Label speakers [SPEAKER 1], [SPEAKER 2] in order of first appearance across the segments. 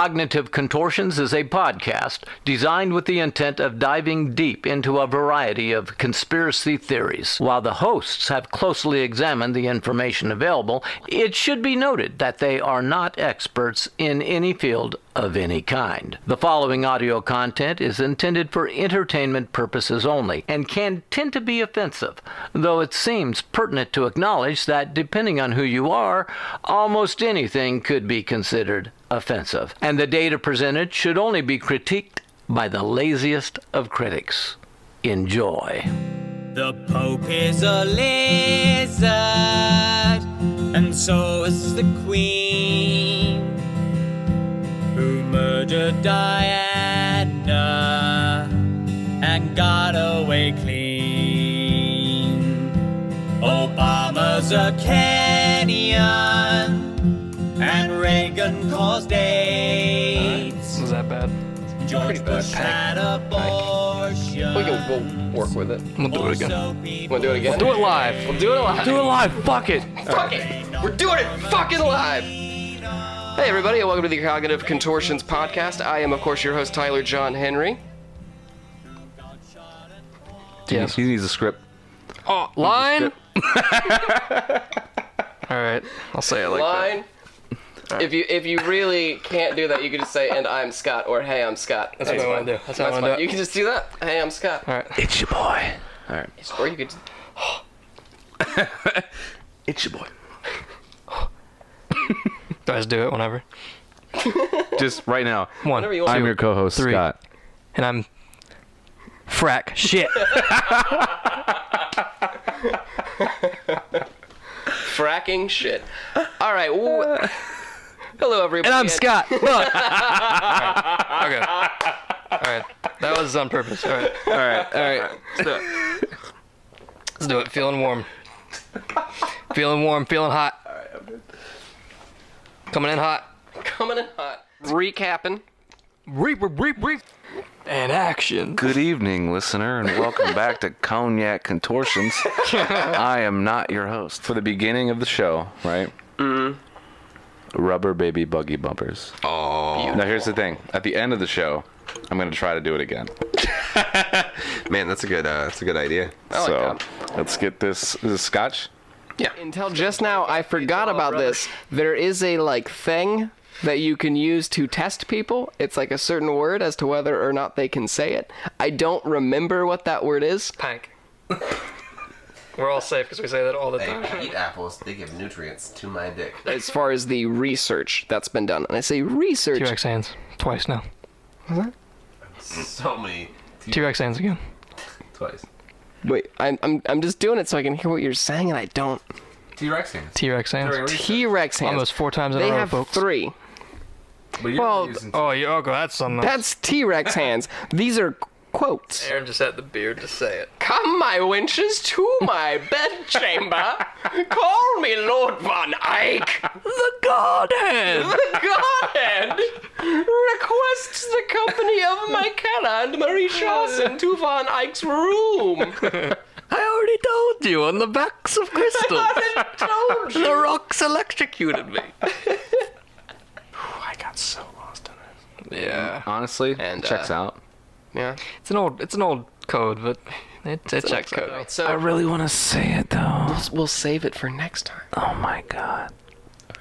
[SPEAKER 1] Cognitive Contortions is a podcast designed with the intent of diving deep into a variety of conspiracy theories. While the hosts have closely examined the information available, it should be noted that they are not experts in any field of any kind. The following audio content is intended for entertainment purposes only and can tend to be offensive, though it seems pertinent to acknowledge that depending on who you are, almost anything could be considered offensive, and the data presented should only be critiqued by the laziest of critics. Enjoy.
[SPEAKER 2] The Pope is a lizard, and so is the Queen, who murdered Diana and got away clean. Obama's a Kenyan, and Reagan caused AIDS.
[SPEAKER 3] Was that bad?
[SPEAKER 2] George Bush had abortion.
[SPEAKER 4] We can, we'll work with it.
[SPEAKER 3] We'll do it again.
[SPEAKER 4] Wanna do it again?
[SPEAKER 3] Do it live.
[SPEAKER 4] We'll do it live.
[SPEAKER 3] Do it live. Fuck it.
[SPEAKER 4] Fuck it. We're doing it fucking live. Hey everybody, and welcome to the Cognitive Contortions podcast. I am, of course, your host Tyler John Henry.
[SPEAKER 3] Yes.
[SPEAKER 5] He needs a script.
[SPEAKER 3] Oh, line. All right. I'll say it like
[SPEAKER 4] Line. If you if you really can't do that, you can just say "and I'm Scott" or "Hey, I'm Scott." That's,
[SPEAKER 3] what I wanna
[SPEAKER 4] fine.
[SPEAKER 3] do. That's what I wanna
[SPEAKER 4] fine.
[SPEAKER 3] do.
[SPEAKER 4] You can just do that. Hey, I'm Scott.
[SPEAKER 3] that. All right.
[SPEAKER 1] It's your boy.
[SPEAKER 4] Or you could.
[SPEAKER 1] It's your boy.
[SPEAKER 3] Do I just do it whenever?
[SPEAKER 5] Just right now.
[SPEAKER 3] One.
[SPEAKER 4] Whenever you want.
[SPEAKER 5] I'm your co-host
[SPEAKER 3] three.
[SPEAKER 5] Scott.
[SPEAKER 3] And I'm. Frack. Shit.
[SPEAKER 4] Fracking shit. All right. wh- Hello, everybody.
[SPEAKER 3] And I'm Scott. Look. All right. Okay. All right. That was on purpose. All right.
[SPEAKER 5] All right, all right.
[SPEAKER 3] Let's do it. Feeling warm. Feeling warm. Feeling hot. Coming in hot.
[SPEAKER 4] Coming in hot. Recapping.
[SPEAKER 3] Reap, reap, reap. And action.
[SPEAKER 5] Good evening, listener, and welcome back to Cognac Contortions. I am not your host. For the beginning of the show, right?
[SPEAKER 4] Mm-hmm.
[SPEAKER 5] Mm. Rubber baby buggy bumpers. Oh. Now here's the thing. At the end of the show, I'm gonna try to do it again.
[SPEAKER 6] Man, that's a good uh, that's a good idea.
[SPEAKER 4] like
[SPEAKER 5] so let's get this. Is this scotch?
[SPEAKER 4] Until just now, I forgot about this. There is a like thing that you can use to test people. It's like a certain word as to whether or not they can say it. I don't remember what that word is.
[SPEAKER 3] Pank. We're all safe because we say that all the time.
[SPEAKER 6] They eat apples. They give nutrients to my dick.
[SPEAKER 4] As far as the research that's been done, and I say research.
[SPEAKER 3] T-Rex hands twice now.
[SPEAKER 6] So many
[SPEAKER 3] T-Rex hands again.
[SPEAKER 6] twice.
[SPEAKER 4] Wait, I'm, I'm I'm just doing it so I can hear what you're saying, and I don't.
[SPEAKER 6] T-Rex hands.
[SPEAKER 3] T-Rex hands.
[SPEAKER 4] T-Rex hands.
[SPEAKER 3] Almost four times in
[SPEAKER 4] They
[SPEAKER 3] a row,
[SPEAKER 4] have
[SPEAKER 3] folks.
[SPEAKER 4] three.
[SPEAKER 6] But you're
[SPEAKER 4] Well,
[SPEAKER 6] using
[SPEAKER 3] Oh, you oh, that's something.
[SPEAKER 4] That's T-Rex hands. These are quotes.
[SPEAKER 3] Aaron just had the beard to say it.
[SPEAKER 4] Come, my wenches, to my bedchamber. Call me Lord Von Eyck,
[SPEAKER 3] The Godhead.
[SPEAKER 4] the Godhead. Request the company of Michaela and Marie Shawson to Von Eyck's room.
[SPEAKER 3] I already told you on the backs of crystal.
[SPEAKER 4] Told you.
[SPEAKER 3] the rocks electrocuted me.
[SPEAKER 4] I got so lost in it.
[SPEAKER 3] Yeah.
[SPEAKER 5] Honestly,
[SPEAKER 4] And,
[SPEAKER 5] checks
[SPEAKER 4] uh,
[SPEAKER 5] out.
[SPEAKER 4] Yeah.
[SPEAKER 3] It's an old. It's an old code, but it, it checks out.
[SPEAKER 4] Okay, so
[SPEAKER 1] really want to say it though.
[SPEAKER 4] we'll save it for next time.
[SPEAKER 1] Oh my god.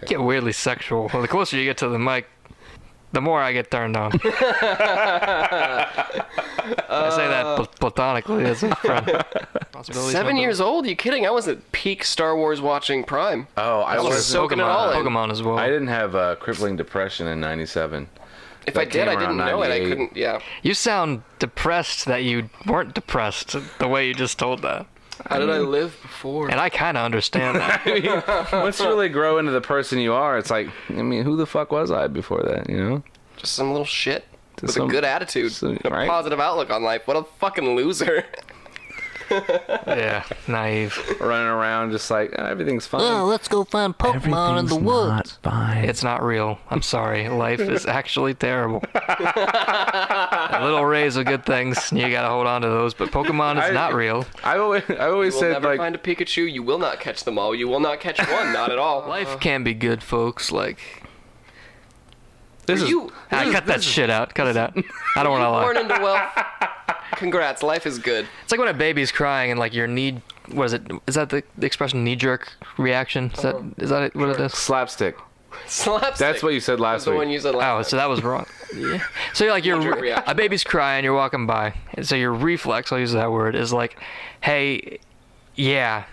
[SPEAKER 3] Get weirdly sexual. Well, the closer you get to the mic, the more I get turned on. I say that pl- platonically as a friend. Responsibilities
[SPEAKER 4] Seven
[SPEAKER 3] number-
[SPEAKER 4] years old? You kidding? I was at peak Star Wars watching Prime.
[SPEAKER 5] Oh, I
[SPEAKER 4] was
[SPEAKER 5] was.
[SPEAKER 4] so- soaking it all in.
[SPEAKER 3] Pokemon as well.
[SPEAKER 5] I didn't have uh, crippling depression in '97.
[SPEAKER 4] If I did,
[SPEAKER 5] came
[SPEAKER 4] I
[SPEAKER 5] around
[SPEAKER 4] didn't know it. I
[SPEAKER 5] 98.
[SPEAKER 4] couldn't. Yeah.
[SPEAKER 3] You sound depressed that you weren't depressed the way you just told that.
[SPEAKER 4] How did I live before?
[SPEAKER 3] And I kind of understand that.
[SPEAKER 5] Once you really grow into the person you are, it's like, I mean, who the fuck was I before that? You know?
[SPEAKER 4] Just some little shit with
[SPEAKER 5] some-
[SPEAKER 4] a good attitude,
[SPEAKER 5] some-
[SPEAKER 4] and a
[SPEAKER 5] right?
[SPEAKER 4] positive outlook on life. What a fucking loser!
[SPEAKER 3] yeah, naive.
[SPEAKER 5] Running around just like "Ah, everything's fine.
[SPEAKER 7] let's go find Pokemon in the woods.
[SPEAKER 3] It's not real. I'm sorry. Life is actually terrible. A little rays of good things. You gotta hold on to those. But Pokemon is
[SPEAKER 5] I-
[SPEAKER 3] not real.
[SPEAKER 5] I always, I always
[SPEAKER 4] You will
[SPEAKER 5] said
[SPEAKER 4] never
[SPEAKER 5] like,
[SPEAKER 4] find a Pikachu. You will not catch them all. You will not catch one. Not at all.
[SPEAKER 3] Life can be good, folks. Like, This
[SPEAKER 4] Were
[SPEAKER 3] is.
[SPEAKER 4] you-
[SPEAKER 3] Ah, cut that shit out. Cut it out. I don't want to lie.
[SPEAKER 4] Born into wealth. Congrats, life is good.
[SPEAKER 3] It's like when a baby's crying and like your knee. What is it? Is that the, the expression knee jerk reaction? Is that is that it, what it is?
[SPEAKER 5] Slapstick.
[SPEAKER 4] Slapstick.
[SPEAKER 5] That's what you said
[SPEAKER 4] That's
[SPEAKER 5] last
[SPEAKER 4] the
[SPEAKER 5] week.
[SPEAKER 4] one you said
[SPEAKER 3] Oh,
[SPEAKER 4] last.
[SPEAKER 3] so that was wrong. Yeah. So you're like
[SPEAKER 4] Knee-jerk
[SPEAKER 3] you're
[SPEAKER 4] reaction.
[SPEAKER 3] a baby's crying. You're walking by, and so your reflex. I'll use that word. Is like, hey, yeah,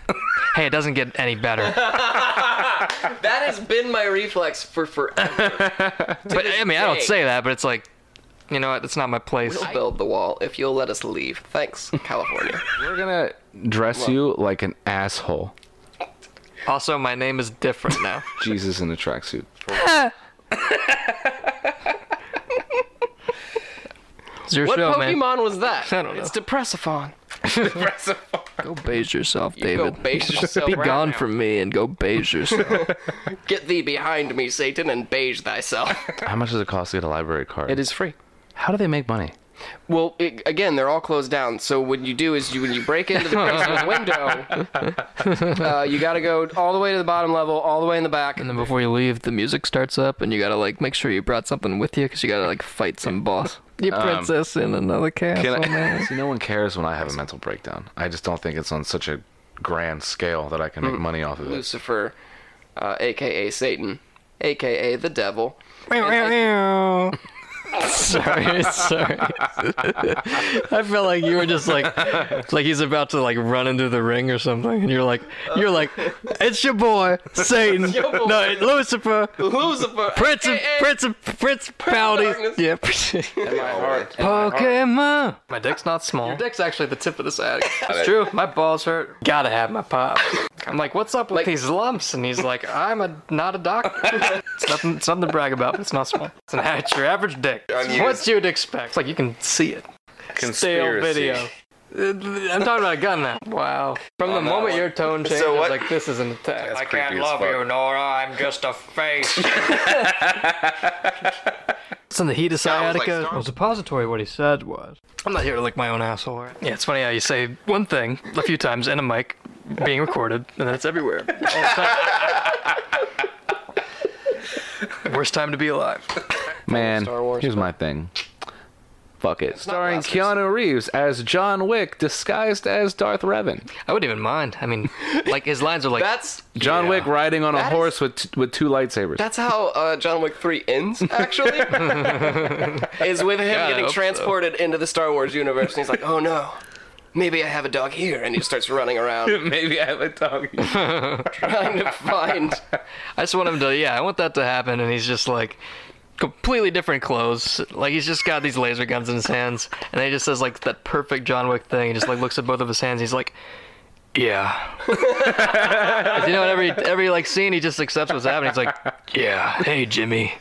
[SPEAKER 3] hey, it doesn't get any better.
[SPEAKER 4] time. That has been my reflex for forever.
[SPEAKER 3] But I mean, I don't
[SPEAKER 4] day.
[SPEAKER 3] say that, but it's like, you know what? It's not my place.
[SPEAKER 4] we'll build the wall if you'll let us leave. Thanks, California.
[SPEAKER 5] We're gonna dress you like an asshole.
[SPEAKER 3] Also, my name is different now.
[SPEAKER 5] Jesus in a tracksuit.
[SPEAKER 3] It's your
[SPEAKER 4] what
[SPEAKER 3] show,
[SPEAKER 4] Pokemon
[SPEAKER 3] man.
[SPEAKER 4] was that?
[SPEAKER 3] I don't know.
[SPEAKER 4] It's Depressifon.
[SPEAKER 3] Go base yourself,
[SPEAKER 4] Go
[SPEAKER 3] David.
[SPEAKER 4] base yourself.
[SPEAKER 3] Be
[SPEAKER 4] right
[SPEAKER 3] gone
[SPEAKER 4] now.
[SPEAKER 3] from me and go base yourself.
[SPEAKER 4] Get thee behind me, Satan, and beige thyself.
[SPEAKER 5] How much does it cost to get a library card?
[SPEAKER 4] It is free.
[SPEAKER 5] How do they make money?
[SPEAKER 4] Well, it, again, they're all closed down. So what you do is you, when you break into the basement window, uh, you got to go all the way to the bottom level, all the way in the back.
[SPEAKER 3] and then before you leave, the music starts up, and you gotta like make sure you brought something with you, because you gotta like fight some boss. Your
[SPEAKER 4] Um,
[SPEAKER 3] princess in another castle,
[SPEAKER 5] Can I,
[SPEAKER 3] man.
[SPEAKER 5] see, no one cares when I have a mental breakdown. I just don't think it's on such a grand scale that I can make
[SPEAKER 4] Mm.
[SPEAKER 5] money off of it.
[SPEAKER 4] Lucifer, uh, aka Satan, aka the devil.
[SPEAKER 3] sorry, sorry. I felt like you were just like, like he's about to like run into the ring or something, and you're like, you're like, it's your boy Satan, no Lucifer,
[SPEAKER 4] Lucifer,
[SPEAKER 3] Prince of
[SPEAKER 4] aka
[SPEAKER 3] Prince of Eh, Prince of Bounties.
[SPEAKER 4] Darkness.
[SPEAKER 3] Yeah. Pokemon. My dick's not small.
[SPEAKER 4] Dick's actually the tip of the sack.
[SPEAKER 3] It's true. My balls hurt. Gotta have my pop. I'm like, what's up with these lumps? And he's like, I'm a not a doctor. it's nothing, it's nothing to brag about. But it's not small. It's, an, it's your average dick. It's what you'd expect. It's like you can see it. Stale video. Uh, I'm talking about a gun now. Wow. From the moment your tone changed, I was
[SPEAKER 6] what-
[SPEAKER 3] like, this is an attack.
[SPEAKER 6] I can't love you.
[SPEAKER 3] Nora. I'm just a face. it's in the heat of
[SPEAKER 6] I was like,
[SPEAKER 3] sciatica.
[SPEAKER 6] Star-
[SPEAKER 3] Well, suppository, what he said was. I'm not here to lick my own asshole. Right? Yeah, it's funny how you say one thing a few times in a mic being recorded, and then it's everywhere. all the time. Worst time to be alive.
[SPEAKER 5] Man, here's my thing. Fuck it. Starring Keanu Reeves as John Wick disguised as Darth Revan.
[SPEAKER 3] I wouldn't even mind. I mean, like his lines are like
[SPEAKER 4] That's
[SPEAKER 5] John Wick riding on a
[SPEAKER 4] That is-
[SPEAKER 5] horse with t- with two lightsabers.
[SPEAKER 4] that's how uh, John Wick Three ends. Actually, is with him
[SPEAKER 3] I
[SPEAKER 4] getting
[SPEAKER 3] hope so.
[SPEAKER 4] transported into the Star Wars universe, and he's like, "Oh no, maybe I have a dog here," and he starts running around
[SPEAKER 5] Maybe I have a dog.
[SPEAKER 4] trying to find.
[SPEAKER 3] I just want him to, yeah, I want that to happen. And he's just like completely different clothes. Like he's just got these laser guns in his hands, and then he just says like that perfect John Wick thing. He just like looks at both of his hands. He's like, yeah. you know, in every every like scene, he just accepts what's happening. He's like, yeah, hey Jimmy,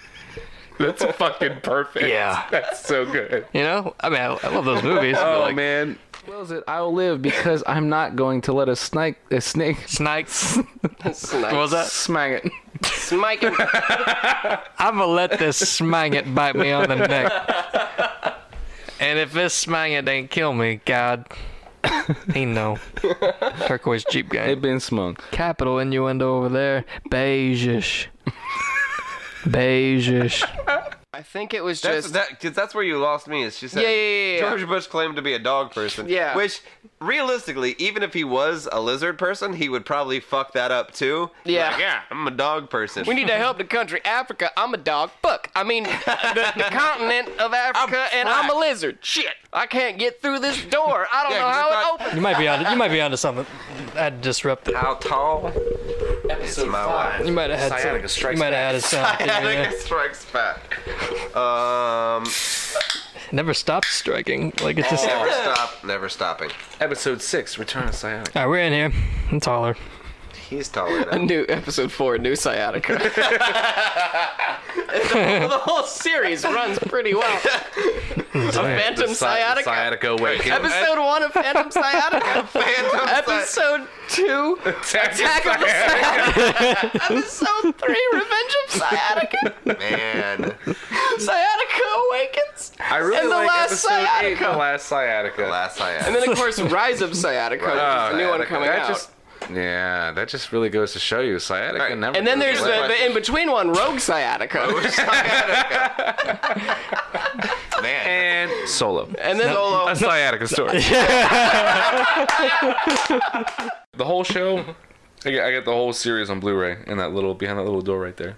[SPEAKER 5] That's fucking perfect.
[SPEAKER 3] yeah.
[SPEAKER 5] That's so good.
[SPEAKER 3] You know, I mean, I, I love those movies.
[SPEAKER 5] Oh
[SPEAKER 3] but, like,
[SPEAKER 5] man. Wills it, I'll live because I'm not going to let a snake a snake
[SPEAKER 3] Snipes.
[SPEAKER 4] Snipe.
[SPEAKER 3] What was that?
[SPEAKER 5] smack it.
[SPEAKER 4] Smike him.
[SPEAKER 3] I'm gonna let this smang it bite me on the neck. And if this smang it ain't kill me, God, he know. Turquoise Jeep guy.
[SPEAKER 5] It been smunk.
[SPEAKER 3] Capital innuendo over there. Beigeish. Beigeish.
[SPEAKER 4] I think it was
[SPEAKER 6] That's,
[SPEAKER 4] just
[SPEAKER 6] that, 'cause that's where you lost me. Is she said
[SPEAKER 4] Yeah, yeah, yeah, yeah.
[SPEAKER 6] George Bush claimed to be a dog person.
[SPEAKER 4] Yeah.
[SPEAKER 6] Which, realistically, even if he was a lizard person, he would probably fuck that up too. He's
[SPEAKER 4] Yeah.
[SPEAKER 6] like, yeah, I'm a dog person.
[SPEAKER 4] We need to help the country Africa. I'm a dog. Fuck. I mean, the, the continent of Africa, and I'm a lizard. Shit. I can't get through this door. I don't
[SPEAKER 6] Yeah,
[SPEAKER 4] know
[SPEAKER 6] 'cause
[SPEAKER 4] how
[SPEAKER 6] it's
[SPEAKER 4] it opens.
[SPEAKER 3] You might be on. You might be onto something. I'd disrupt it.
[SPEAKER 6] How tall is my wife?
[SPEAKER 3] You might have had.
[SPEAKER 5] Sciatica
[SPEAKER 3] Some,
[SPEAKER 5] strikes
[SPEAKER 3] you might have had a sound. theory
[SPEAKER 6] Attica
[SPEAKER 3] there.
[SPEAKER 6] strikes back. Um,
[SPEAKER 3] Never stops striking. Like it's just.
[SPEAKER 6] never stop, never stopping.
[SPEAKER 5] Episode six, Return of Psionic.
[SPEAKER 3] All right, we're in here. I'm taller.
[SPEAKER 6] He's taller now.
[SPEAKER 4] New episode four, new sciatica. the, whole, the whole series runs pretty well. A phantom sciatica.
[SPEAKER 5] Sciatica awakening.
[SPEAKER 4] Episode one of Phantom Sciatica. Episode two, Attack of the Sciatica. Episode three, Revenge of Sciatica.
[SPEAKER 6] Man.
[SPEAKER 4] Sciatica awakens.
[SPEAKER 5] I really
[SPEAKER 4] And the
[SPEAKER 5] like
[SPEAKER 4] last
[SPEAKER 5] episode eight,
[SPEAKER 4] sciatica.
[SPEAKER 5] the last sciatica.
[SPEAKER 6] Last I
[SPEAKER 4] And
[SPEAKER 6] asked.
[SPEAKER 4] then, of course, Rise of Sciatica, which is a new one
[SPEAKER 6] Sciatica.
[SPEAKER 4] coming
[SPEAKER 5] Oh, that
[SPEAKER 4] out.
[SPEAKER 5] just
[SPEAKER 8] Yeah, that just really goes to show you sciatica
[SPEAKER 6] Right.
[SPEAKER 8] never.
[SPEAKER 4] And then there's
[SPEAKER 8] goes away.
[SPEAKER 4] the, the in between one, rogue sciatica.
[SPEAKER 6] Man.
[SPEAKER 8] and solo.
[SPEAKER 4] And then
[SPEAKER 8] A sciatica story. the whole show. I got, I got the whole series on Blu-ray in that little behind that little door right there.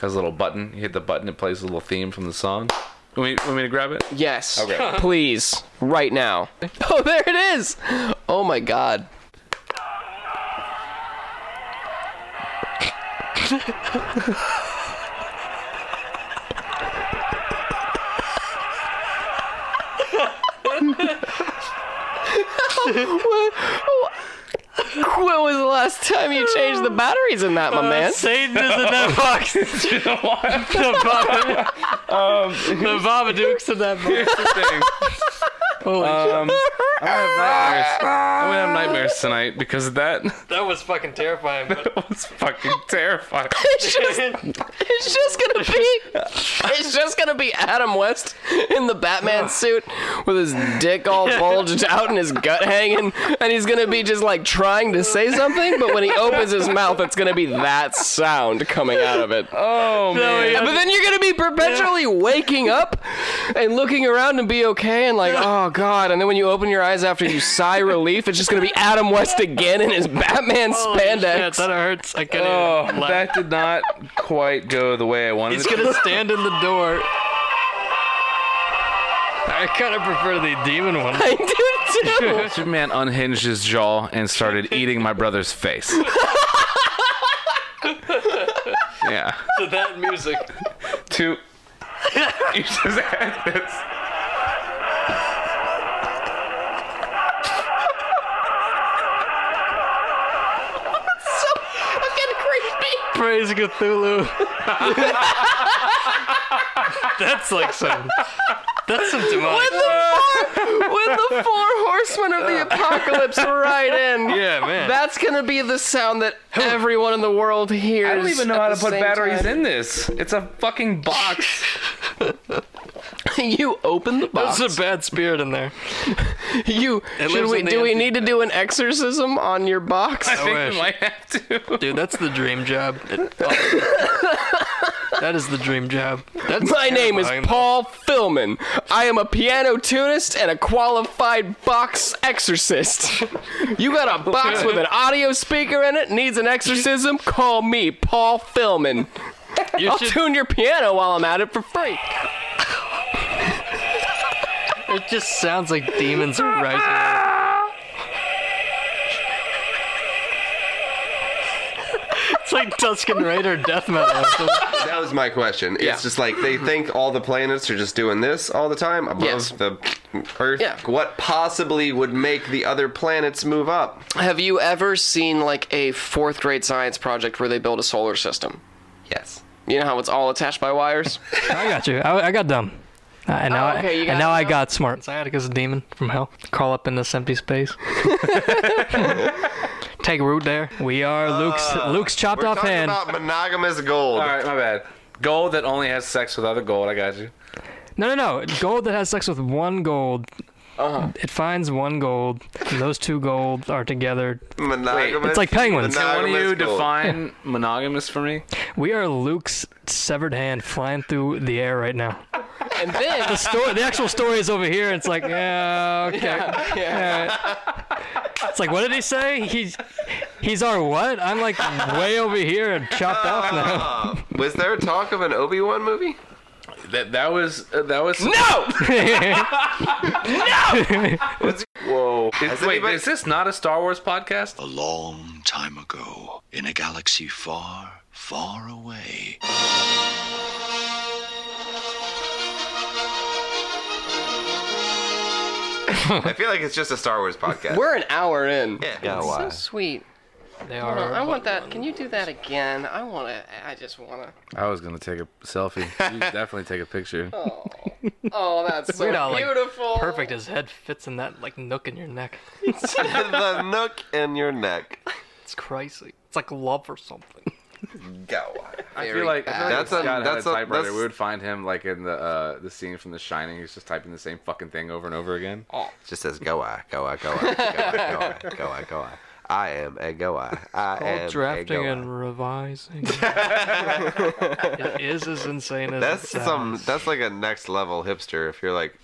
[SPEAKER 8] Has a little button. You hit the button, it plays a little theme from the song. Want me, want me to grab it?
[SPEAKER 4] Yes.
[SPEAKER 8] Okay.
[SPEAKER 4] Please. Right now. Oh, there it is. Oh my god. what, what was the last time you changed the batteries in that, my man?
[SPEAKER 3] Satan is in that box. the Baba, Um, the Baba Duke's in that box.
[SPEAKER 8] Um, I'm gonna have nightmares. I'm gonna have nightmares tonight because that
[SPEAKER 3] That was fucking terrifying. But
[SPEAKER 8] was fucking terrifying.
[SPEAKER 4] It's just, it's just gonna be, it's just gonna be Adam West in the Batman suit with his dick all bulged out and his gut hanging, and he's gonna be just like trying to say something, but when he opens his mouth, it's gonna be that sound coming out of it.
[SPEAKER 8] Oh man.
[SPEAKER 4] But then you're gonna be perpetually waking up and looking around and be okay and like, oh god. And then when you open your eyes after you sigh relief, it's just gonna be Adam West again in his Batman
[SPEAKER 3] yeah,
[SPEAKER 4] spandex.
[SPEAKER 3] that hurts. I couldn't
[SPEAKER 8] Oh,
[SPEAKER 3] even laugh.
[SPEAKER 8] that did not quite go the way I wanted
[SPEAKER 3] He's
[SPEAKER 8] it to.
[SPEAKER 3] gonna stand in the door. I kind of prefer the demon one.
[SPEAKER 4] I do too.
[SPEAKER 8] Superman unhinged his jaw and started eating my brother's face. yeah.
[SPEAKER 3] to that music.
[SPEAKER 8] Two. You just had this.
[SPEAKER 3] Praise Cthulhu. That's like some. That's some demonic.
[SPEAKER 4] with the four horsemen of the apocalypse right in.
[SPEAKER 3] Yeah, man.
[SPEAKER 4] That's gonna be the sound that everyone in the world hears.
[SPEAKER 8] I don't even know how to put batteries in this. It's a fucking box.
[SPEAKER 4] in. you open the box.
[SPEAKER 3] There's a bad spirit in there.
[SPEAKER 4] you should
[SPEAKER 3] lives
[SPEAKER 4] we
[SPEAKER 3] in the
[SPEAKER 4] do we
[SPEAKER 3] empty
[SPEAKER 4] need to do an exorcism on your box?
[SPEAKER 8] I think
[SPEAKER 3] wish.
[SPEAKER 8] we might have to.
[SPEAKER 3] Dude, that's the dream job. that is the dream job. That's
[SPEAKER 4] My name is
[SPEAKER 3] terrifying, though.
[SPEAKER 4] Paul Philman. I am a piano tunist and a qualified box exorcist. You got a box with an audio speaker in it, needs an exorcism? Call me, Paul Philman.
[SPEAKER 3] You
[SPEAKER 4] I'll
[SPEAKER 3] should,
[SPEAKER 4] tune your piano while I'm at it for free.
[SPEAKER 3] it just sounds like demons are rising. it's like Tuscan Raider death metal. or something.
[SPEAKER 6] That was my question.
[SPEAKER 4] Yeah.
[SPEAKER 6] It's just like they think all the planets are just doing this all the time above
[SPEAKER 4] Yes.
[SPEAKER 6] the Earth.
[SPEAKER 4] Yeah.
[SPEAKER 6] What possibly would make the other planets move up?
[SPEAKER 4] Have you ever seen like a fourth grade science project where they build a solar system?
[SPEAKER 6] Yes.
[SPEAKER 4] You know how it's all attached by wires?
[SPEAKER 9] I got you. I, I got dumb. Uh, and now,
[SPEAKER 4] Oh, okay, you
[SPEAKER 9] I,
[SPEAKER 4] got
[SPEAKER 9] and now I
[SPEAKER 4] dumb.
[SPEAKER 9] got smart.
[SPEAKER 3] Sciatica's a demon from hell. Crawl up in this empty space. Take root there.
[SPEAKER 9] We are Luke's Luke's chopped
[SPEAKER 6] Uh, We're
[SPEAKER 9] off
[SPEAKER 6] talking
[SPEAKER 9] hand.
[SPEAKER 6] about monogamous gold.
[SPEAKER 8] All right, my bad. Gold that only has sex with other gold. I got you.
[SPEAKER 9] No, no, no. Gold that has sex with one gold.
[SPEAKER 4] Uh-huh.
[SPEAKER 9] It finds one gold, and those two gold are together.
[SPEAKER 6] Monogamous.
[SPEAKER 9] It's like penguins.
[SPEAKER 6] Monogamous
[SPEAKER 8] One of you
[SPEAKER 6] gold.
[SPEAKER 8] define monogamous for me?
[SPEAKER 9] We are Luke's severed hand flying through the air right now.
[SPEAKER 4] and then
[SPEAKER 9] The story, the actual story is over here. and It's like, yeah, okay. alright. It's like, what did he say? He's he's our what? I'm like way over here and chopped off now.
[SPEAKER 6] Was there talk of an Obi Wan movie?
[SPEAKER 8] That that was uh, that was.
[SPEAKER 4] No!
[SPEAKER 8] Whoa! Is, wait,
[SPEAKER 6] anybody-
[SPEAKER 8] is this not a Star Wars podcast?
[SPEAKER 10] A long time ago, in a galaxy far, far away,
[SPEAKER 6] I feel like it's just a Star Wars podcast.
[SPEAKER 4] We're an hour in.
[SPEAKER 6] yeah.
[SPEAKER 4] So sweet.
[SPEAKER 3] They
[SPEAKER 4] Hold on,
[SPEAKER 3] are.
[SPEAKER 4] I want that. Can you do that again? I want to. I just want to.
[SPEAKER 8] I was gonna take a selfie. You definitely take a picture.
[SPEAKER 4] Oh, that's so
[SPEAKER 3] Weird Al, like,
[SPEAKER 4] beautiful.
[SPEAKER 3] Perfect. His head fits in that like nook in your neck.
[SPEAKER 6] the nook in your neck.
[SPEAKER 3] It's crazy. It's like love or something.
[SPEAKER 6] Go.
[SPEAKER 8] I feel like I feel like
[SPEAKER 6] That's
[SPEAKER 8] if
[SPEAKER 6] a-
[SPEAKER 8] Scott
[SPEAKER 6] that's
[SPEAKER 8] had
[SPEAKER 6] a-
[SPEAKER 8] a typewriter.
[SPEAKER 6] that's-
[SPEAKER 8] We would find him like in the uh, the scene from The Shining. He's just typing the same fucking thing over and over again.
[SPEAKER 6] It just says go I, go I, go I, go I, go I, go I, go I. I am a goa. I am a
[SPEAKER 11] drafting
[SPEAKER 6] goa.
[SPEAKER 11] and revising. it is as insane as
[SPEAKER 6] That's
[SPEAKER 11] it sounds.
[SPEAKER 6] some. That's like a next level hipster. If you're like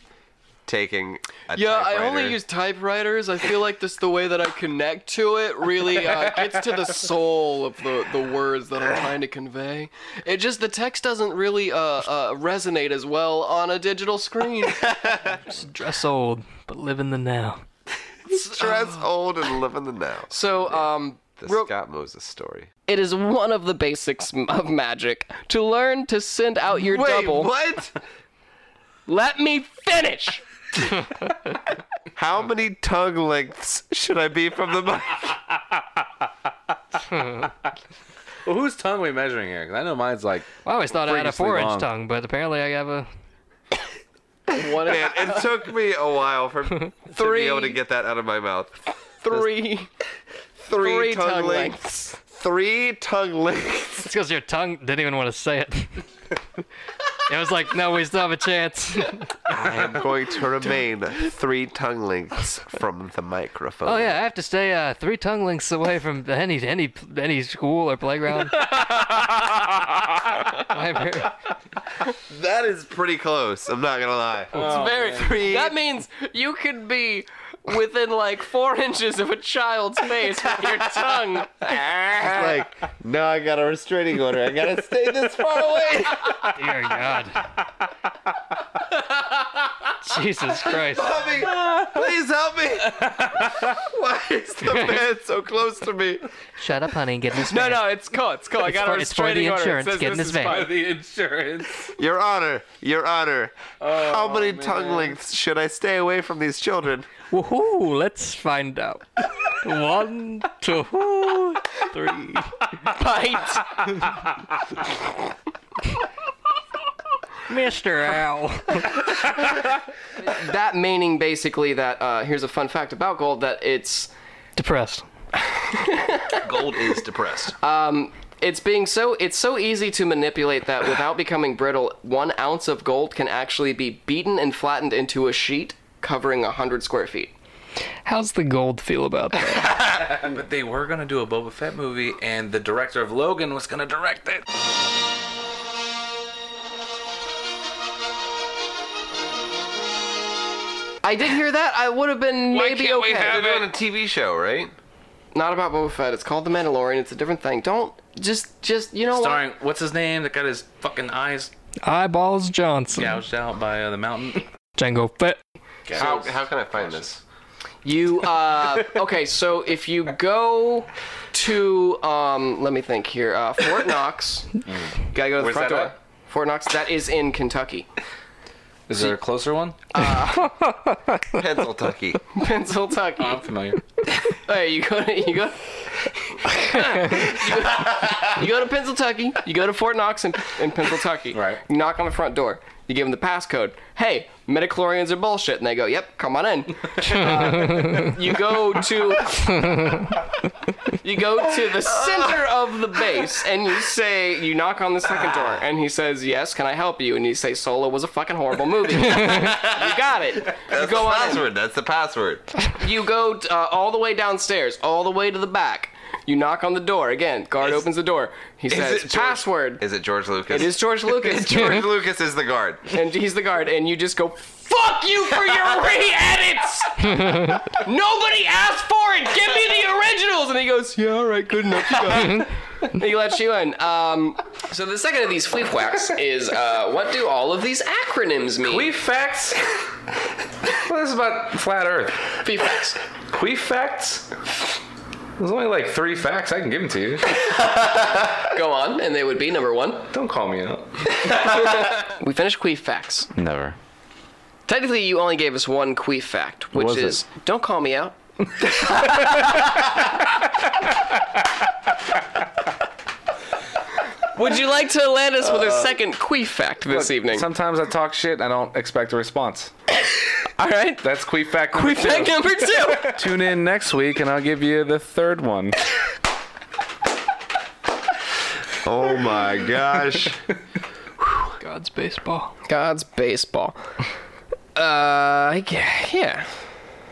[SPEAKER 6] taking a
[SPEAKER 4] Yeah, I only
[SPEAKER 6] typewriter.
[SPEAKER 4] use typewriters. I feel like this the way that I connect to it really uh, gets to the soul of the, the words that I'm trying to convey. It just the text doesn't really uh, uh, resonate as well on a digital screen.
[SPEAKER 11] dress old, but live in the now.
[SPEAKER 6] stress old and live in the now.
[SPEAKER 4] So um,
[SPEAKER 6] Oh. The
[SPEAKER 4] real-
[SPEAKER 6] Scott Moses story.
[SPEAKER 4] it is one of the basics m- of magic to learn to send out your double.
[SPEAKER 6] what?
[SPEAKER 4] Let me finish.
[SPEAKER 6] How many tongue lengths should I be from the mic?
[SPEAKER 5] Well, whose tongue are we measuring here? 'Cause I know mine's like
[SPEAKER 11] I always thought I had a
[SPEAKER 5] Freakishly
[SPEAKER 11] four-inch
[SPEAKER 5] long.
[SPEAKER 11] tongue, but apparently I have a.
[SPEAKER 4] One
[SPEAKER 6] Man, it took me a while for to
[SPEAKER 4] Three.
[SPEAKER 6] be able to get that out of my mouth.
[SPEAKER 4] three.
[SPEAKER 6] Three,
[SPEAKER 4] Three
[SPEAKER 6] tongue,
[SPEAKER 4] tongue
[SPEAKER 6] lengths. Three tongue lengths.
[SPEAKER 11] It's because your tongue didn't even want to say it. it was like, no, we still have a chance.
[SPEAKER 6] I am going to remain three tongue lengths from the microphone.
[SPEAKER 11] oh yeah, I have to stay uh, three tongue lengths away from any any any school or playground. I'm here.
[SPEAKER 6] That is pretty close. I'm not gonna lie.
[SPEAKER 4] Very three. That means you could be within like four inches of a child's face with your tongue.
[SPEAKER 6] It's like now I got a restraining order. I gotta stay this far away.
[SPEAKER 11] Dear God. Jesus Christ.
[SPEAKER 6] Help me. Please help me. Why is the man so close to me?
[SPEAKER 11] Shut up, honey, and get in this
[SPEAKER 4] No,
[SPEAKER 11] van.
[SPEAKER 4] no, it's cool. It's cool. I
[SPEAKER 11] It's
[SPEAKER 4] got
[SPEAKER 11] for-
[SPEAKER 4] a
[SPEAKER 11] it's for the
[SPEAKER 4] restraining order. It
[SPEAKER 11] insurance.
[SPEAKER 4] says
[SPEAKER 11] Get in
[SPEAKER 4] this
[SPEAKER 11] this
[SPEAKER 4] is
[SPEAKER 11] van.
[SPEAKER 4] fine.
[SPEAKER 5] the insurance.
[SPEAKER 6] Your honor, your honor. How many tongue lengths should I stay away from these children?
[SPEAKER 11] Woohoo, let's find out. One, two, three.
[SPEAKER 4] Bite.
[SPEAKER 11] Mr. Owl.
[SPEAKER 4] that meaning basically that uh, here's a fun fact about gold that it's
[SPEAKER 11] Depressed.
[SPEAKER 12] Gold is depressed.
[SPEAKER 6] Uh,
[SPEAKER 4] it's being so it's so easy to manipulate that without becoming brittle, one ounce of gold can actually be beaten and flattened into a sheet covering hundred square feet.
[SPEAKER 11] How's the gold feel about that?
[SPEAKER 5] But they were gonna do a Boba Fett movie, and the director of Logan was gonna direct it.
[SPEAKER 4] I did hear that. I would have been maybe
[SPEAKER 6] can't
[SPEAKER 4] okay.
[SPEAKER 6] we have They're doing a TV show, right?
[SPEAKER 4] Not about Boba Fett. It's called The Mandalorian. It's a different thing. Don't just just you know
[SPEAKER 5] Starring what's his name that got his fucking eyes
[SPEAKER 11] Eyeballs Johnson.
[SPEAKER 5] gouged out by uh, the mountain.
[SPEAKER 11] Django Fett.
[SPEAKER 6] How, how can I find this?
[SPEAKER 4] what? You uh okay. So if you go to um let me think here uh Fort Knox, gotta go to the
[SPEAKER 6] Mm. Where's
[SPEAKER 4] front
[SPEAKER 6] that
[SPEAKER 4] door.
[SPEAKER 6] at?
[SPEAKER 4] Fort Knox. That is in Kentucky.
[SPEAKER 5] Is there a closer one?
[SPEAKER 6] Pencil Tucky.
[SPEAKER 4] Pennsylvania.
[SPEAKER 5] I'm familiar.
[SPEAKER 4] Hey, you go to you go. you go to Pennsylvania. You go to Fort Knox in, in Pennsylvania.
[SPEAKER 5] Right.
[SPEAKER 4] You knock on the front door. You give them the passcode. Hey, midichlorians are bullshit, and they go, "Yep, come on in." Uh, you go to you go to the center of the base, and you say, you knock on the second door, and he says, "Yes, can I help you?" And you say, "Solo was a fucking horrible movie." you got it. you
[SPEAKER 6] That's
[SPEAKER 4] go
[SPEAKER 6] the
[SPEAKER 4] on. in.
[SPEAKER 6] password. That's the password.
[SPEAKER 4] You go uh, all the way downstairs, all the way to the back. You knock on the door again. Guard opens the door. He says,
[SPEAKER 6] it George-
[SPEAKER 4] "Password."
[SPEAKER 6] Is it George Lucas?
[SPEAKER 4] It is George Lucas,
[SPEAKER 6] George Lucas is the guard.
[SPEAKER 4] and he's the guard, and you just go, "Fuck you for your re-edits! Nobody asked for it. Give me the originals." And he goes, "Yeah, all right, good enough." You got it." And he lets you in. Um, so the second of these flea whacks is, uh, what do all of these acronyms mean?
[SPEAKER 5] facts. well, this is about flat Earth.
[SPEAKER 4] Flea whacks.
[SPEAKER 5] Queef facts. There's only like three facts I can give them to you.
[SPEAKER 4] Go on, and they would be number one.
[SPEAKER 5] Don't call me out.
[SPEAKER 4] We finished queef facts.
[SPEAKER 5] Never.
[SPEAKER 4] Technically, you only gave us one queef fact, which
[SPEAKER 5] was it?
[SPEAKER 4] is don't call me out. Would you like to land us with a
[SPEAKER 5] Uh,
[SPEAKER 4] second queef fact this evening?
[SPEAKER 5] Sometimes I talk shit. and I don't expect a response.
[SPEAKER 4] All right.
[SPEAKER 5] That's queef fact.
[SPEAKER 4] Queef
[SPEAKER 5] Queef
[SPEAKER 4] fact number two.
[SPEAKER 5] Tune in next week, and I'll give you the third one.
[SPEAKER 6] Oh my gosh.
[SPEAKER 11] God's baseball.
[SPEAKER 4] God's baseball. Uh, yeah. yeah.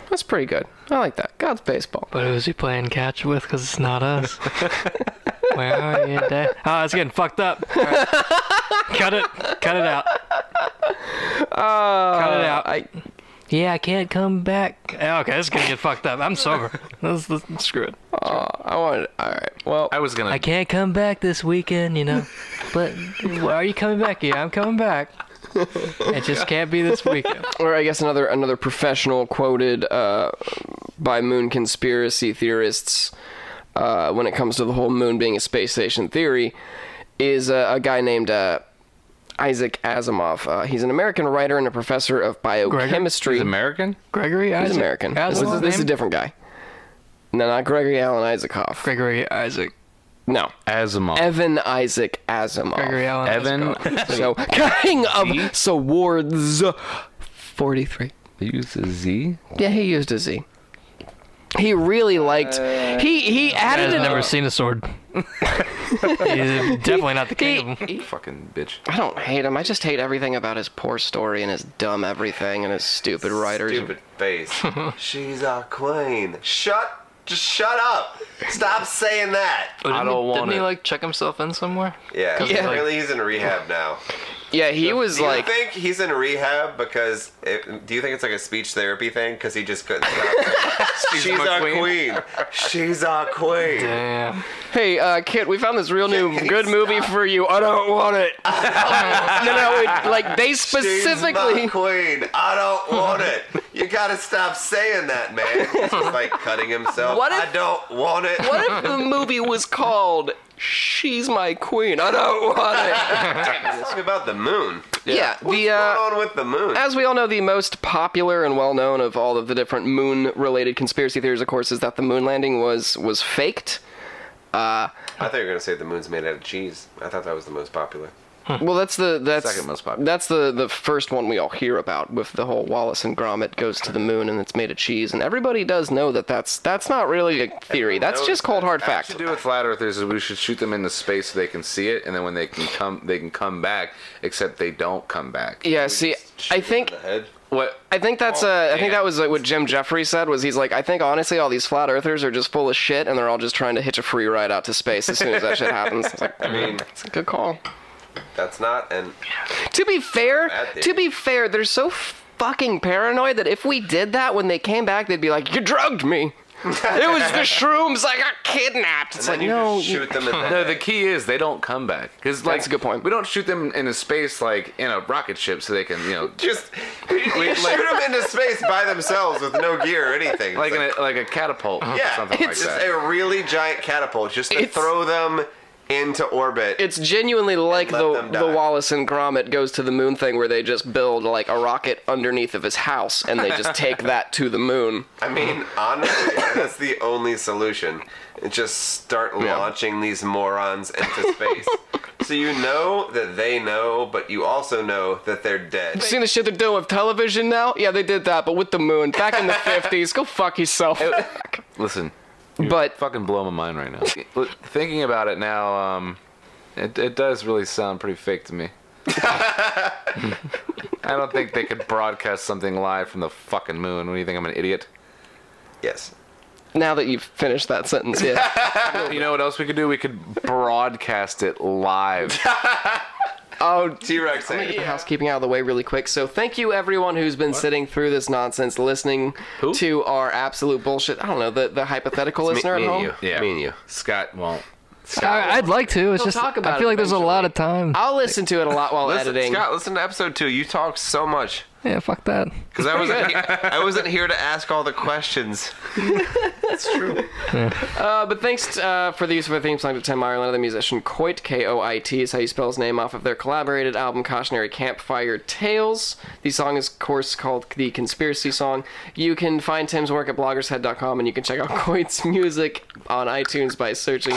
[SPEAKER 4] That's pretty good. I like that. God's baseball.
[SPEAKER 11] But who's he playing catch with? Because it's not us. Where are you today? Oh, it's getting fucked up. All right. Cut it. Cut it out. Cut it out.
[SPEAKER 4] I
[SPEAKER 11] Yeah, Oh, I can't come back. Yeah, Okay, this is going to get fucked up. I'm sober. Let's, let's, screw it.
[SPEAKER 4] I wanted. All right. Well,
[SPEAKER 5] I was gonna.
[SPEAKER 11] I can't come back this weekend, you know. But why are you coming back? Yeah, I'm coming back. It just can't be this weekend.
[SPEAKER 4] or I guess another another professional quoted uh, by moon conspiracy theorists uh, when it comes to the whole moon being a space station theory is uh, a guy named uh, Isaac Asimov. Uh, he's an American writer and a professor of biochemistry.
[SPEAKER 5] He's American?
[SPEAKER 11] Gregory
[SPEAKER 4] He's
[SPEAKER 11] Isaac.
[SPEAKER 4] American. This
[SPEAKER 11] Asimov
[SPEAKER 4] is, this is a
[SPEAKER 11] name?
[SPEAKER 4] different guy. No, not Gregory Alan Isaacoff.
[SPEAKER 11] Gregory Isaac.
[SPEAKER 4] no,
[SPEAKER 5] Asimov.
[SPEAKER 4] Evan Isaac Asimov.
[SPEAKER 11] Gregory Allen.
[SPEAKER 5] Evan.
[SPEAKER 4] So, king of swords, forty-three.
[SPEAKER 5] Use a Z.
[SPEAKER 4] Yeah, he used a Z. He really liked.
[SPEAKER 5] Uh,
[SPEAKER 4] He he added
[SPEAKER 11] I've
[SPEAKER 4] an.
[SPEAKER 11] never seen a sword. He's definitely not the king of them.
[SPEAKER 5] Fucking bitch.
[SPEAKER 4] I don't hate him. I just hate everything about his poor story and his dumb everything and his stupid writers.
[SPEAKER 6] Stupid face. She's our queen. Shut. Just shut up. Stop saying that.
[SPEAKER 5] I don't want
[SPEAKER 11] Didn't he
[SPEAKER 5] it.
[SPEAKER 11] like check himself in somewhere?
[SPEAKER 6] Yeah.
[SPEAKER 4] Yeah.
[SPEAKER 6] Clearly, he's in rehab now.
[SPEAKER 4] Yeah, he was
[SPEAKER 6] Do you
[SPEAKER 4] like.
[SPEAKER 6] think he's in rehab because? It, do you think it's like a speech therapy thing? Because he just couldn't stop. She's,
[SPEAKER 5] my
[SPEAKER 6] our
[SPEAKER 5] queen.
[SPEAKER 6] queen. She's our queen.
[SPEAKER 11] Yeah.
[SPEAKER 4] Hey, uh, kid, we found this real new good movie for you. I don't want it. no, no, it, like they
[SPEAKER 6] She's my
[SPEAKER 4] specifically.
[SPEAKER 6] queen. I don't want it. You gotta stop saying that, man. He's just like cutting himself.
[SPEAKER 4] What if-
[SPEAKER 6] I don't want it.
[SPEAKER 4] What if the movie was called "She's My Queen"? I don't want it.
[SPEAKER 6] Ask me about the moon.
[SPEAKER 4] Yeah,
[SPEAKER 6] What's
[SPEAKER 4] the uh,
[SPEAKER 6] going on with the moon?
[SPEAKER 4] As we all know, the most popular and well known of all of the different moon related conspiracy theories, of course, is that the moon landing was was faked.
[SPEAKER 6] I thought you were gonna say the moon's made out of cheese. I thought that was the most popular.
[SPEAKER 4] Well, that's the that's
[SPEAKER 6] Hmm. Second most popular.
[SPEAKER 4] That's the the first one we all hear about with the whole Wallace and Gromit goes to the moon and it's made of cheese, and everybody does know that that's that's not really a theory. That's
[SPEAKER 6] knows
[SPEAKER 4] just cold hard fact.
[SPEAKER 5] should do with flat earthers is we should shoot them into space so they can see it, and then when they can come, they can come back. Except they don't come back.
[SPEAKER 4] Yeah, see, I think
[SPEAKER 6] The head.
[SPEAKER 5] What?
[SPEAKER 4] I think that's
[SPEAKER 6] Oh,
[SPEAKER 4] uh, I think that was like what Jim Jeffrey said was he's like I think honestly all these flat earthers are just full of shit and they're all just trying to hitch a free ride out to space as soon as that shit happens. It's like,
[SPEAKER 6] I mean,
[SPEAKER 4] it's a good call.
[SPEAKER 6] that's not an.
[SPEAKER 4] To be fair,
[SPEAKER 6] Bad theory.
[SPEAKER 4] to be fair, they're so fucking paranoid that if we did that when they came back, they'd be like, "You drugged me. it was the shrooms. I got kidnapped." It's
[SPEAKER 6] Then
[SPEAKER 4] like,
[SPEAKER 6] you
[SPEAKER 4] no,
[SPEAKER 6] just shoot them in the
[SPEAKER 5] No,
[SPEAKER 6] head.
[SPEAKER 5] the key is they don't come back. Cause like
[SPEAKER 4] That's a good point.
[SPEAKER 5] We don't shoot them into space like in a rocket ship so they can you know
[SPEAKER 6] Just you shoot them into space by themselves with no gear or anything. It's
[SPEAKER 5] like in a, like a catapult or
[SPEAKER 6] yeah,
[SPEAKER 5] something like
[SPEAKER 6] it's just
[SPEAKER 5] that.
[SPEAKER 6] a really giant catapult just to
[SPEAKER 4] It's-
[SPEAKER 6] throw them into orbit.
[SPEAKER 4] it's genuinely like
[SPEAKER 6] let
[SPEAKER 4] the
[SPEAKER 6] them die.
[SPEAKER 4] the Wallace and Gromit goes to the moon thing where they just build like a rocket underneath of his house and they just take that to the moon.
[SPEAKER 6] I mean, honestly, that's the only solution. Just start launching these morons into space. so you know that they know, but you also know that they're dead.
[SPEAKER 4] Seen the shit they're doing with television now? Yeah, they did that, but with the moon back in the 50s. Go fuck yourself.
[SPEAKER 5] Listen,
[SPEAKER 4] But
[SPEAKER 5] fucking blow my mind right now. Look, Thinking about it now, um, it it does really sound pretty fake to me. I don't think they could broadcast something live from the fucking moon. What do you think? I'm an idiot.
[SPEAKER 6] Yes.
[SPEAKER 4] now that you've finished that sentence, yeah.
[SPEAKER 5] You know what else we could do? We could broadcast it live.
[SPEAKER 4] Oh,
[SPEAKER 6] T Rex.
[SPEAKER 4] Get the housekeeping out of the way really quick. So thank you everyone who's been sitting through this nonsense, listening to our absolute bullshit. I don't know the, the hypothetical listener at home.
[SPEAKER 5] Yeah. Me and you. Scott won't.
[SPEAKER 11] I, I'd like to. It's
[SPEAKER 4] We'll
[SPEAKER 11] just
[SPEAKER 4] talk about
[SPEAKER 11] I feel
[SPEAKER 4] it
[SPEAKER 11] like there's a lot of time.
[SPEAKER 4] I'll listen to it a lot while
[SPEAKER 6] Listen,
[SPEAKER 4] editing.
[SPEAKER 6] Scott, listen to episode two. You talked so much
[SPEAKER 11] Yeah, fuck that.
[SPEAKER 6] because I wasn't. he- I wasn't here to ask all the questions.
[SPEAKER 4] Uh, but thanks uh, for the use of a theme song to Tim Ireland, the musician Coit K O I T is how you spell his name off of their collaborated album Cautionary Campfire Tales. The song is, of course, called the Conspiracy Song. You can find Tim's work at bloggershead.com, and you can check out Coit's music on iTunes by searching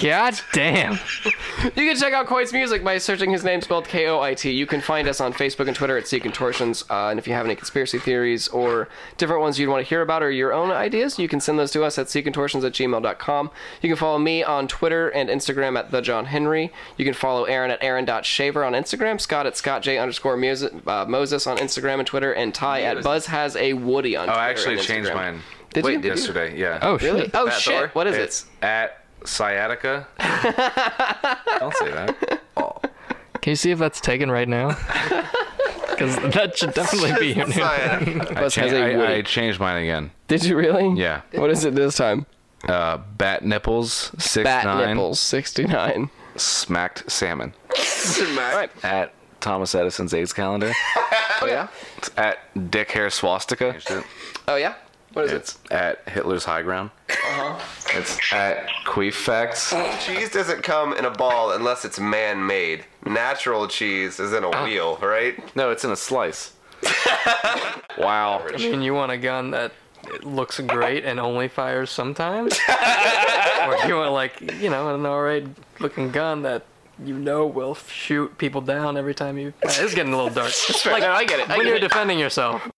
[SPEAKER 11] God damn.
[SPEAKER 4] You can check out Koit's music by searching his name spelled K O I T. You can find us on Facebook and Twitter at Sea Contortions. Uh, and if you have any conspiracy theories or different ones you'd want to hear about or your own ideas, you can send those to us at seacontortions at gmail.com. You can follow me on Twitter and Instagram at the John Henry. You can follow Aaron at Aaron.shaver on Instagram, Scott at Scott J underscore music, uh, Moses on Instagram and Twitter, and Ty at Buzz has a Woody on
[SPEAKER 5] Oh,
[SPEAKER 4] Twitter.
[SPEAKER 5] I actually
[SPEAKER 4] and
[SPEAKER 5] changed
[SPEAKER 4] Instagram.
[SPEAKER 5] mine
[SPEAKER 4] Did you?
[SPEAKER 5] yesterday. Yeah.
[SPEAKER 11] Oh,
[SPEAKER 4] Really?
[SPEAKER 11] shit.
[SPEAKER 4] Oh,
[SPEAKER 6] Matt
[SPEAKER 4] shit.
[SPEAKER 6] Thor?
[SPEAKER 4] What is
[SPEAKER 5] it's
[SPEAKER 4] it?
[SPEAKER 5] at sciatica. Don't say that.
[SPEAKER 11] Can you see if that's taken right now? Because that should definitely be your name.
[SPEAKER 6] Sciatica.
[SPEAKER 4] Buzz
[SPEAKER 5] Cha-
[SPEAKER 4] has a Woody.
[SPEAKER 5] I, I changed mine again.
[SPEAKER 4] Did you really?
[SPEAKER 5] Yeah.
[SPEAKER 4] What is it this time?
[SPEAKER 5] Uh, bat nipples six
[SPEAKER 4] Bat
[SPEAKER 5] nine
[SPEAKER 4] nipples, 69.
[SPEAKER 5] smacked salmon
[SPEAKER 6] Smack.
[SPEAKER 5] at Thomas Edison's AIDS calendar.
[SPEAKER 4] Oh, yeah?
[SPEAKER 5] It's at dick hair swastika.
[SPEAKER 4] Oh, yeah? What is
[SPEAKER 5] It's at Hitler's high ground.
[SPEAKER 3] Uh-huh.
[SPEAKER 5] It's at queef facts.
[SPEAKER 6] Cheese doesn't come in a ball unless it's man-made. Natural cheese is in
[SPEAKER 5] Oh.
[SPEAKER 6] a wheel, right?
[SPEAKER 5] No, it's in a slice. wow.
[SPEAKER 3] I mean, you want a gun that it looks great and only fires sometimes, or you want like you know an alright looking gun that you know will shoot people down every time you. Uh, it's getting a little dark. like, I get it. when you're defending yourself,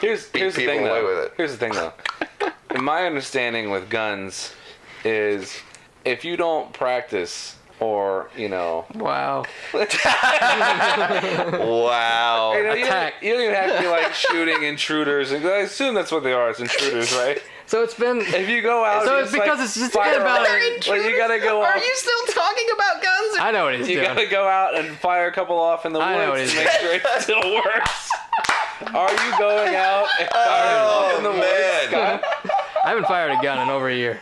[SPEAKER 5] Here's here's the
[SPEAKER 6] people
[SPEAKER 5] thing though.
[SPEAKER 6] away with it.
[SPEAKER 5] Here's the thing though. In my understanding with guns is if you don't practice or you know
[SPEAKER 3] wow.
[SPEAKER 5] you,
[SPEAKER 6] Wow.
[SPEAKER 5] know, you, don't, you don't even have to be like shooting intruders and I assume that's what they are it's intruders right
[SPEAKER 3] So it's been.
[SPEAKER 5] if you go out
[SPEAKER 3] So
[SPEAKER 5] and
[SPEAKER 3] it's
[SPEAKER 5] like,
[SPEAKER 3] because it's just
[SPEAKER 5] fire
[SPEAKER 3] about
[SPEAKER 5] off-
[SPEAKER 3] it.
[SPEAKER 5] like you gotta go off
[SPEAKER 4] still talking about guns?
[SPEAKER 3] I know what he's
[SPEAKER 5] you
[SPEAKER 3] doing.
[SPEAKER 5] gotta go out and fire a couple off in the
[SPEAKER 3] I know what
[SPEAKER 5] woods
[SPEAKER 3] it
[SPEAKER 5] to make sure it still works are you going out and firing off in the woods
[SPEAKER 6] Oh, Man.
[SPEAKER 5] Scott?
[SPEAKER 3] I haven't fired a gun in over a year.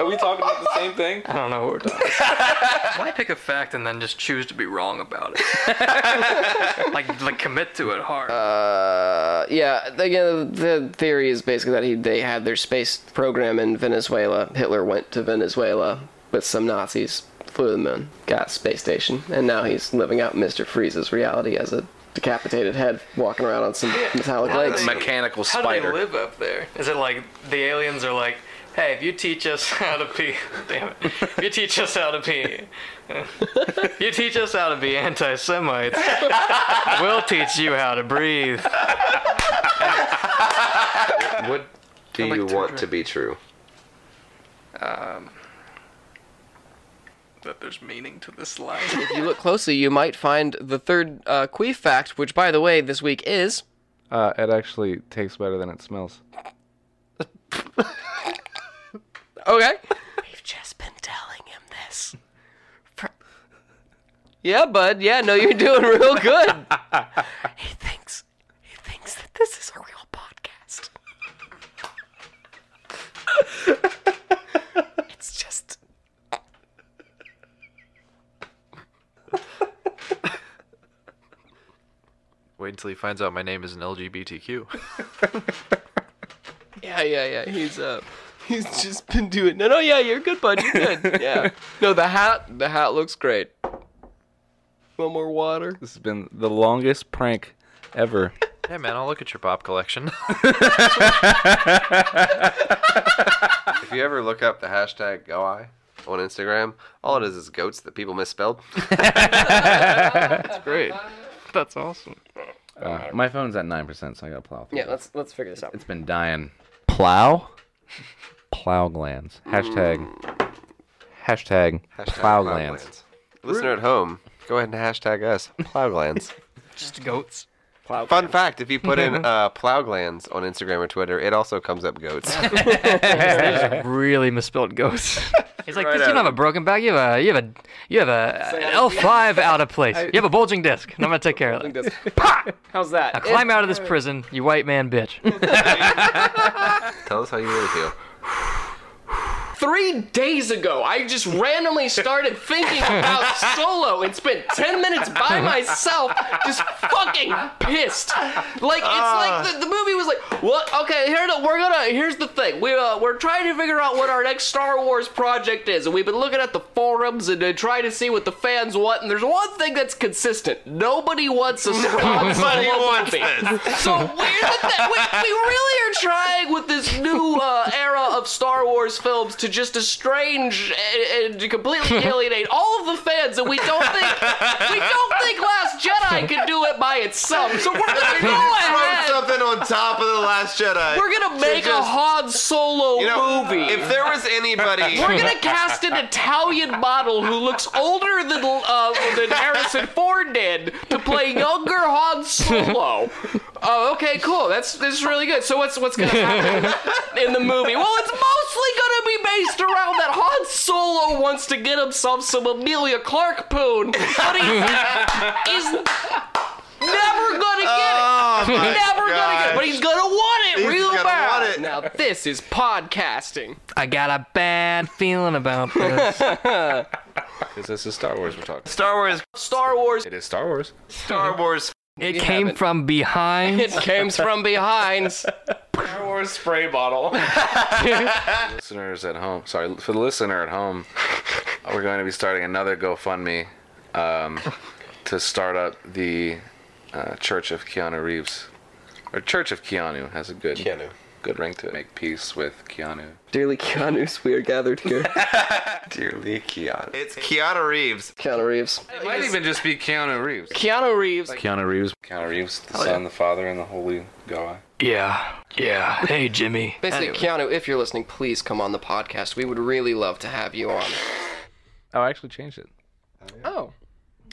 [SPEAKER 5] are we talking about the same thing
[SPEAKER 3] I don't know what we're talking. about. Why pick a fact and then just choose to be wrong about it? like, like commit to it hard.
[SPEAKER 4] Uh, yeah, again, the theory is basically that he, they had their space program in Venezuela. Hitler went to Venezuela with some Nazis, flew to the moon, got a space station, and now he's living out Mr. Freeze's reality as a decapitated head walking around on some metallic legs.
[SPEAKER 5] mechanical
[SPEAKER 3] How do they live up there? Is it like the aliens are like, hey, if you teach us how to be, damn it, if you teach us how to be, if you teach us how to be anti-Semites, we'll teach you how to breathe.
[SPEAKER 6] What do you want to be true?
[SPEAKER 3] That there's meaning to this life.
[SPEAKER 4] if you look closely, you might find the third uh, queef fact, which, by the way, this week is.
[SPEAKER 5] Uh, it actually tastes better than it smells.
[SPEAKER 4] Okay. We've just been telling him this. Yeah, bud. Yeah, no, you're doing real good. he thinks he thinks that this is a real podcast. it's just
[SPEAKER 13] Wait until he finds out my name is an LGBTQ.
[SPEAKER 4] yeah, yeah, yeah. He's uh, he's just been doing. No, no, yeah, you're good, bud. You're good. Yeah. No, the hat, the hat looks great. One more water.
[SPEAKER 5] This has been the longest prank ever.
[SPEAKER 13] hey man, I'll look at your pop collection.
[SPEAKER 6] If you ever look up the hashtag GoI on Instagram, all it is is goats that people misspelled.
[SPEAKER 13] Great.
[SPEAKER 3] That's awesome.
[SPEAKER 5] Uh, my phone's at nine percent, so I gotta plow through.
[SPEAKER 4] Yeah,
[SPEAKER 5] it.
[SPEAKER 4] let's let's figure this out.
[SPEAKER 5] it's been dying. Plow. Plow glands. Hashtag. Hmm. Hashtag.
[SPEAKER 6] Hashtag plow
[SPEAKER 5] plow glands.
[SPEAKER 6] glands. Listener at home, go ahead and hashtag us plow glands.
[SPEAKER 3] Just goats.
[SPEAKER 6] Fun fact: If you put in uh, plow glands on Instagram or Twitter, it also comes up goats.
[SPEAKER 3] Really misspelled goats. He's like, this, you don't have a broken back. You have a, you have a, you have a an L5 out of place. You have a bulging disc, and I'm gonna take care of that.
[SPEAKER 4] How's that?
[SPEAKER 3] Now climb out of this prison, you white man bitch.
[SPEAKER 6] Tell us how you really feel.
[SPEAKER 4] Three days ago, I just randomly started thinking about solo and spent 10 minutes by myself just fucking pissed. Like, it's like the, the movie was like, what? Okay, here, it- we're gonna, here's the thing. We, uh, we're trying to figure out what our next Star Wars project is, and we've been looking at the forums and uh, trying to see what the fans want, and there's one thing that's consistent. Nobody wants a Star Wars Nobody wants so weird that, that we, we really are trying with this new uh, era of Star Wars films to
[SPEAKER 14] just estrange and, and to completely alienate all of the fans, and we don't think we don't think Last Jedi could do it by itself. So we're gonna go ahead.
[SPEAKER 6] Throw something on top of the Last Jedi.
[SPEAKER 14] We're gonna
[SPEAKER 6] to
[SPEAKER 14] make a
[SPEAKER 6] just-
[SPEAKER 14] Han Solo
[SPEAKER 6] You know,
[SPEAKER 14] movie.
[SPEAKER 6] if there was anybody-
[SPEAKER 14] we're gonna cast an Italian model who looks older than uh, than Harrison Ford did to play younger Han Solo. Oh, okay, cool. That's this is really good. So what's what's gonna happen in the movie? Well, it's mostly gonna be based around that Han Solo wants to get himself some Amelia Clark poon, but he's, he's never gonna get it.
[SPEAKER 6] Oh, my
[SPEAKER 14] never gonna get it.
[SPEAKER 6] gosh.
[SPEAKER 14] But he's gonna want it
[SPEAKER 6] He's
[SPEAKER 14] real
[SPEAKER 6] gonna
[SPEAKER 14] bad.
[SPEAKER 6] want it.
[SPEAKER 14] Now this is podcasting.
[SPEAKER 11] I got a bad feeling about this.
[SPEAKER 5] Because this is Star Wars we're talking.
[SPEAKER 6] Star Wars.
[SPEAKER 14] Star Wars.
[SPEAKER 5] It is Star Wars.
[SPEAKER 6] Star Wars.
[SPEAKER 11] It came from behind.
[SPEAKER 14] It came from behind.
[SPEAKER 5] Star Wars spray bottle. Listeners at home, sorry for the listener at home, we're going to be starting another GoFundMe um, to start up the uh, Church of Keanu Reeves, or Church of Keanu has a good
[SPEAKER 6] Keanu.
[SPEAKER 5] good ring to it. Make peace with Keanu.
[SPEAKER 4] Dearly Keanu's, we are gathered here.
[SPEAKER 5] Dearly Keanu. It
[SPEAKER 6] It's Keanu Reeves.
[SPEAKER 4] Keanu Reeves.
[SPEAKER 5] might even just be Keanu Reeves.
[SPEAKER 14] Keanu Reeves.
[SPEAKER 5] Keanu Reeves. Keanu Reeves, the Son, the Father, and the Holy God.
[SPEAKER 11] Yeah. Yeah. Hey, Jimmy.
[SPEAKER 4] Basically, Keanu, if you're listening, please come on the podcast. We would really love to have you on.
[SPEAKER 5] Oh, I actually changed it.
[SPEAKER 4] Oh,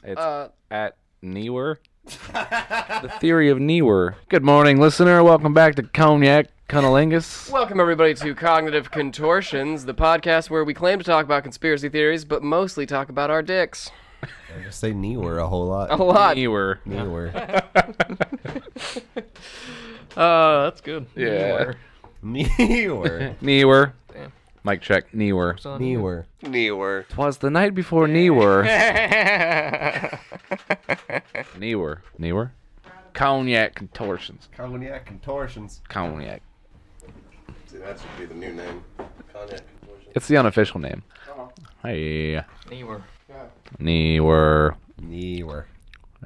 [SPEAKER 5] It's
[SPEAKER 4] uh,
[SPEAKER 5] at Newer. the theory of Newer. Good morning, listener. Welcome back to Cognac Cunnilingus.
[SPEAKER 4] welcome everybody to Cognitive Contortions, the podcast where we claim to talk about conspiracy theories, but mostly talk about our dicks.
[SPEAKER 15] Say newer a whole lot.
[SPEAKER 4] A lot.
[SPEAKER 5] Newer.
[SPEAKER 15] Newer.
[SPEAKER 11] Uh, that's good.
[SPEAKER 5] Yeah.
[SPEAKER 15] Newer.
[SPEAKER 5] Newer. Mic check. Newer.
[SPEAKER 15] Newer.
[SPEAKER 6] Newer.
[SPEAKER 5] Twas the night before Newer. Newer. Newer. Cognac Contortions.
[SPEAKER 15] Cognac contortions.
[SPEAKER 5] Cognac.
[SPEAKER 6] See, that should be the new name. Cognac contortions.
[SPEAKER 5] It's the unofficial name. Hey.
[SPEAKER 11] Newer.
[SPEAKER 5] Newer.
[SPEAKER 15] Newer.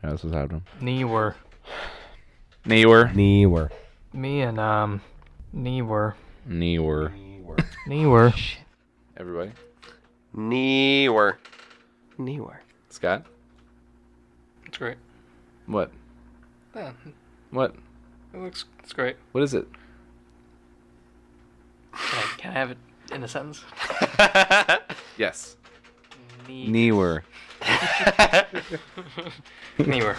[SPEAKER 5] Yeah, this is happening.
[SPEAKER 11] Newer.
[SPEAKER 5] Newer.
[SPEAKER 15] Newer.
[SPEAKER 11] Me and um, Newer.
[SPEAKER 5] Newer.
[SPEAKER 11] Newer.
[SPEAKER 5] Everybody.
[SPEAKER 6] Newer.
[SPEAKER 4] Newer.
[SPEAKER 5] Scott.
[SPEAKER 3] It's great.
[SPEAKER 5] What?
[SPEAKER 3] Yeah,
[SPEAKER 5] What?
[SPEAKER 3] it looks it's great.
[SPEAKER 5] What is it?
[SPEAKER 11] Can I, can I have it in a sentence?
[SPEAKER 5] Yes. Newer.
[SPEAKER 11] Newer.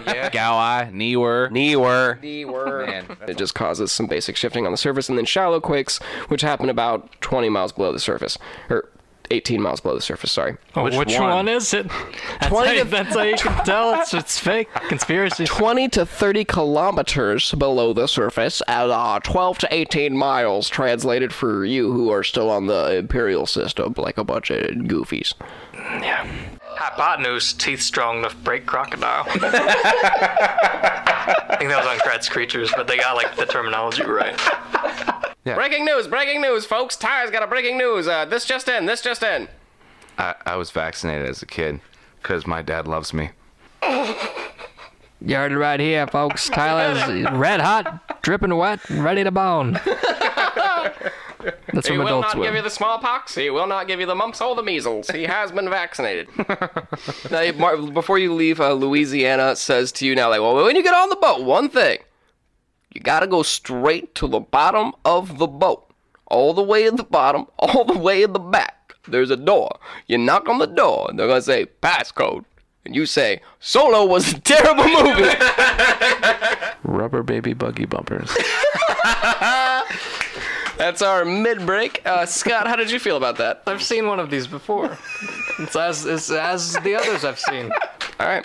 [SPEAKER 5] Gawai. Newer.
[SPEAKER 6] Newer.
[SPEAKER 4] Newer.
[SPEAKER 5] Man.
[SPEAKER 4] It just causes some basic shifting on the surface and then shallow quakes, which happen about 20 miles below the surface. Or 18 miles below the surface, sorry.
[SPEAKER 11] Oh, which, one? is it? That's,
[SPEAKER 4] 20
[SPEAKER 11] how,
[SPEAKER 4] to-
[SPEAKER 11] that's how you can tell it's, it's fake. Conspiracy.
[SPEAKER 4] 20 to 30 kilometers below the surface and uh, 12 to 18 miles translated for you who are still on the imperial system like a bunch of goofies.
[SPEAKER 11] Hypotenuse, teeth strong enough to break crocodile. I think that was on Kratz Creatures, but they got like the terminology right.
[SPEAKER 4] Breaking news, breaking news, folks. Ty's got a breaking news. Uh, this just in, this just in.
[SPEAKER 5] I, I was vaccinated as a kid because my dad loves me.
[SPEAKER 11] You heard it right here, folks. Tyler's red hot, dripping wet, ready to bone. That's
[SPEAKER 4] He
[SPEAKER 11] from
[SPEAKER 4] will
[SPEAKER 11] Adult
[SPEAKER 4] not give you
[SPEAKER 11] Swim.
[SPEAKER 4] the smallpox. He will not give you the mumps or the measles. He has been vaccinated. now, hey, Mar- before you leave, uh, Louisiana says to you now, like, well, when you get on the boat, one thing, you gotta go straight to the bottom of the boat, all the way in the bottom, all the way in the back. There's a door. You knock on the door, and they're gonna say passcode, and you say Solo was a terrible movie.
[SPEAKER 5] Rubber baby buggy bumpers.
[SPEAKER 4] That's our mid break. Uh, Scott, how did you feel about that?
[SPEAKER 3] I've seen one of these before. It's as it's as the others I've seen.
[SPEAKER 4] All right.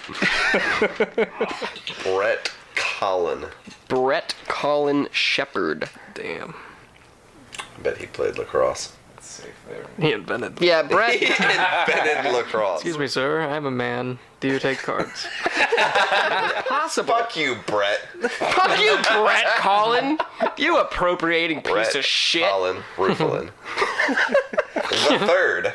[SPEAKER 6] Brett Collin.
[SPEAKER 4] Brett Colin Shepard.
[SPEAKER 3] Damn.
[SPEAKER 6] I bet he played lacrosse.
[SPEAKER 3] He invented.
[SPEAKER 4] Yeah, Brett.
[SPEAKER 6] Bennett lacrosse.
[SPEAKER 3] Excuse me, sir. I'm a man. Do you take cards?
[SPEAKER 4] Possible.
[SPEAKER 6] Fuck you, Brett.
[SPEAKER 4] Fuck you, Brett Colin. You appropriating piece
[SPEAKER 6] Brett
[SPEAKER 4] of shit.
[SPEAKER 6] Collin Rufalin. the third.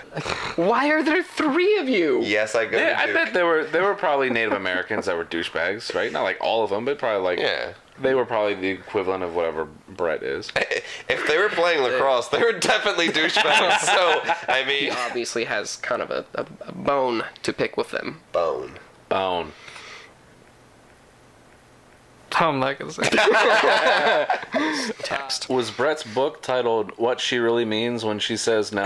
[SPEAKER 4] Why are there three of you?
[SPEAKER 6] Yes, I go
[SPEAKER 5] Yeah,
[SPEAKER 6] to
[SPEAKER 5] I
[SPEAKER 6] Duke.
[SPEAKER 5] bet there were there were probably Native Americans that were douchebags, right? Not like all of them, but probably like
[SPEAKER 6] Yeah.
[SPEAKER 5] They were probably the equivalent of whatever Brett is.
[SPEAKER 6] If they were playing lacrosse, they were definitely douchebags. so I mean,
[SPEAKER 4] he obviously has kind of a, a, a bone to pick with them.
[SPEAKER 6] Bone.
[SPEAKER 5] Bone.
[SPEAKER 3] Tom Legacy.
[SPEAKER 5] Text. Was Brett's book titled "What She Really Means When She Says No"?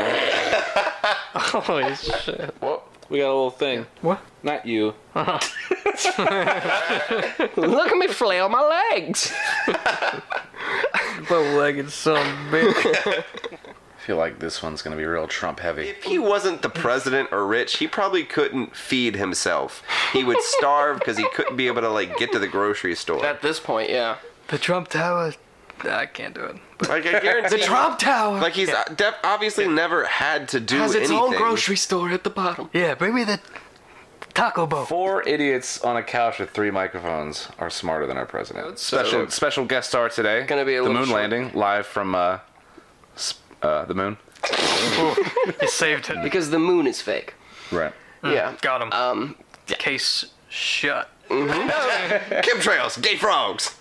[SPEAKER 3] Holy shit!
[SPEAKER 5] Well, we got a little thing.
[SPEAKER 3] What?
[SPEAKER 5] Not you.
[SPEAKER 4] Look at me flail my legs.
[SPEAKER 3] My leg is so big.
[SPEAKER 5] I feel like this one's gonna be real Trump heavy.
[SPEAKER 6] If he wasn't the president or rich, he probably couldn't feed himself. He would starve because he couldn't be able to like get to the grocery store.
[SPEAKER 4] At this point, yeah.
[SPEAKER 3] The Trump Tower. Nah, I can't do it.
[SPEAKER 6] Like I guarantee.
[SPEAKER 3] The Trump Tower.
[SPEAKER 6] Like he's uh, def- obviously never had to do
[SPEAKER 4] Has its
[SPEAKER 6] anything.
[SPEAKER 4] own grocery store at the bottom.
[SPEAKER 3] Yeah, bring me the taco boat.
[SPEAKER 5] Four idiots on a couch with three microphones are smarter than our president. Special special guest star today.
[SPEAKER 4] Gonna be a
[SPEAKER 5] the
[SPEAKER 4] little
[SPEAKER 5] moon
[SPEAKER 4] short.
[SPEAKER 5] landing live from uh, sp- uh the moon.
[SPEAKER 3] You saved it.
[SPEAKER 4] Because the moon is fake.
[SPEAKER 5] Right.
[SPEAKER 4] Yeah.
[SPEAKER 3] Got him.
[SPEAKER 4] Um.
[SPEAKER 3] Case shut.
[SPEAKER 6] Chemtrails, gay frogs.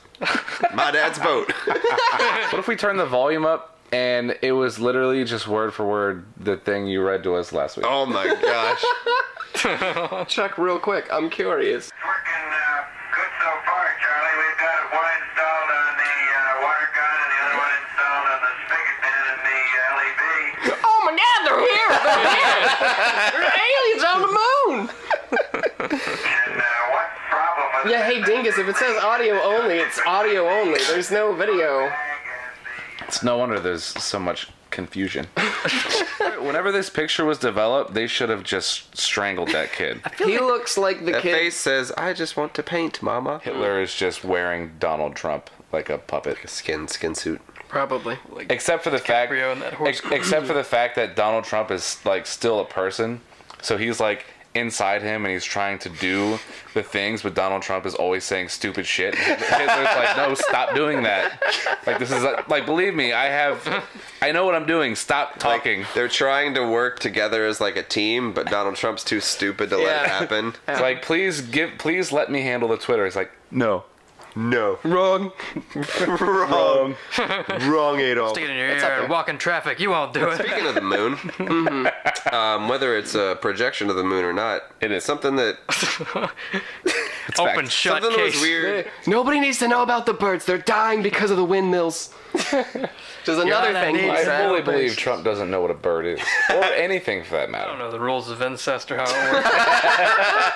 [SPEAKER 6] My dad's boat.
[SPEAKER 5] What if we turn the volume up and it was literally just word for word the thing you read to us last week?
[SPEAKER 6] Oh my gosh.
[SPEAKER 4] Check real quick. I'm curious.
[SPEAKER 16] uh, Good so far, Charlie. We've got one installed on the uh, water gun and the other one installed on the spigot and in the uh, LEV.
[SPEAKER 4] Oh my God! They're here. They're here. they're aliens on the moon.
[SPEAKER 16] And uh, what problem was
[SPEAKER 4] Yeah. Hey, Dingus. If it says audio only, it's audio only. There's no video.
[SPEAKER 5] It's no wonder there's so much confusion. Whenever this picture was developed, they should have just strangled that kid.
[SPEAKER 4] He looks like the
[SPEAKER 6] That
[SPEAKER 4] kid.
[SPEAKER 6] face says, "I just want to paint, Mama."
[SPEAKER 5] Hitler is just wearing Donald Trump like a puppet.
[SPEAKER 6] Skin, skin suit.
[SPEAKER 4] Probably.
[SPEAKER 5] Except for the fact
[SPEAKER 3] DiCaprio in that horse-
[SPEAKER 5] ex- except for the fact that Donald Trump is like still a person. So he's like inside him and he's trying to do the things but Donald Trump is always saying stupid shit. Hitler's like, "No, stop doing that." Like this is like, like believe me, I have I know what I'm doing. Stop talking.
[SPEAKER 6] They're trying to work together as like a team, but Donald Trump's too stupid to let
[SPEAKER 4] Yeah.
[SPEAKER 6] it happen.
[SPEAKER 5] It's like, "Please give please let me handle the Twitter." It's like, "No."
[SPEAKER 6] No. Wrong. Wrong. Wrong, Adolf.
[SPEAKER 3] Stick it in your ear and walk in traffic. You won't do it.
[SPEAKER 6] Speaking of the moon, um, whether it's a projection of the moon or not, it is something that
[SPEAKER 3] Open shut
[SPEAKER 6] something that
[SPEAKER 3] case.
[SPEAKER 6] was weird.
[SPEAKER 4] Nobody needs to know about the birds. They're dying because of the windmills. Which is another
[SPEAKER 3] God, I
[SPEAKER 4] thing.
[SPEAKER 3] need
[SPEAKER 4] he
[SPEAKER 5] I
[SPEAKER 3] Is
[SPEAKER 4] said.
[SPEAKER 3] that
[SPEAKER 5] fully
[SPEAKER 3] what
[SPEAKER 5] believe
[SPEAKER 3] it is?
[SPEAKER 5] Trump doesn't know what a bird is or anything for that
[SPEAKER 3] I
[SPEAKER 5] matter.
[SPEAKER 3] don't know the rules of incest or how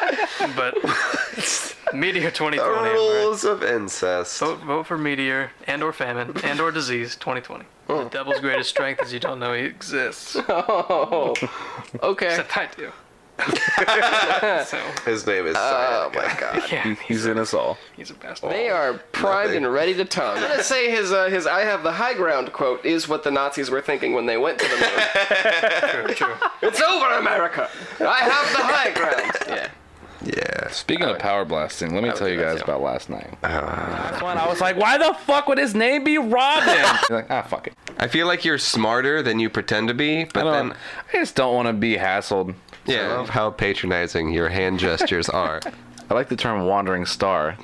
[SPEAKER 3] it works. but Meteor 2020.
[SPEAKER 6] The
[SPEAKER 3] am I right?
[SPEAKER 6] rules of incest.
[SPEAKER 3] Vote, vote for meteor and or famine and or disease 2020. The devil's greatest strength is you don't know he exists.
[SPEAKER 4] Oh. Okay.
[SPEAKER 3] Except I do. so
[SPEAKER 6] His name is. Oh my god.
[SPEAKER 3] yeah,
[SPEAKER 5] He's in us all.
[SPEAKER 3] he's a bastard.
[SPEAKER 4] They are primed
[SPEAKER 6] Nothing.
[SPEAKER 4] and ready to tongue. I'm gonna say his uh, his "I have the high ground" quote is what the Nazis were thinking when they went to the moon. It's over, America. I have the high ground. Yeah.
[SPEAKER 6] Yeah.
[SPEAKER 5] Speaking of power blasting, let me tell you
[SPEAKER 4] do that
[SPEAKER 5] guys
[SPEAKER 4] too.
[SPEAKER 5] about last night. That's when I was like, why the fuck would his name be Robin? You're like, ah, fuck it.
[SPEAKER 6] I feel like you're smarter than you pretend to be,
[SPEAKER 5] I,
[SPEAKER 6] but
[SPEAKER 5] don't,
[SPEAKER 6] then
[SPEAKER 5] I just don't want to be hassled.
[SPEAKER 6] yeah, I love how patronizing your hand gestures are.
[SPEAKER 5] I like the term wandering star.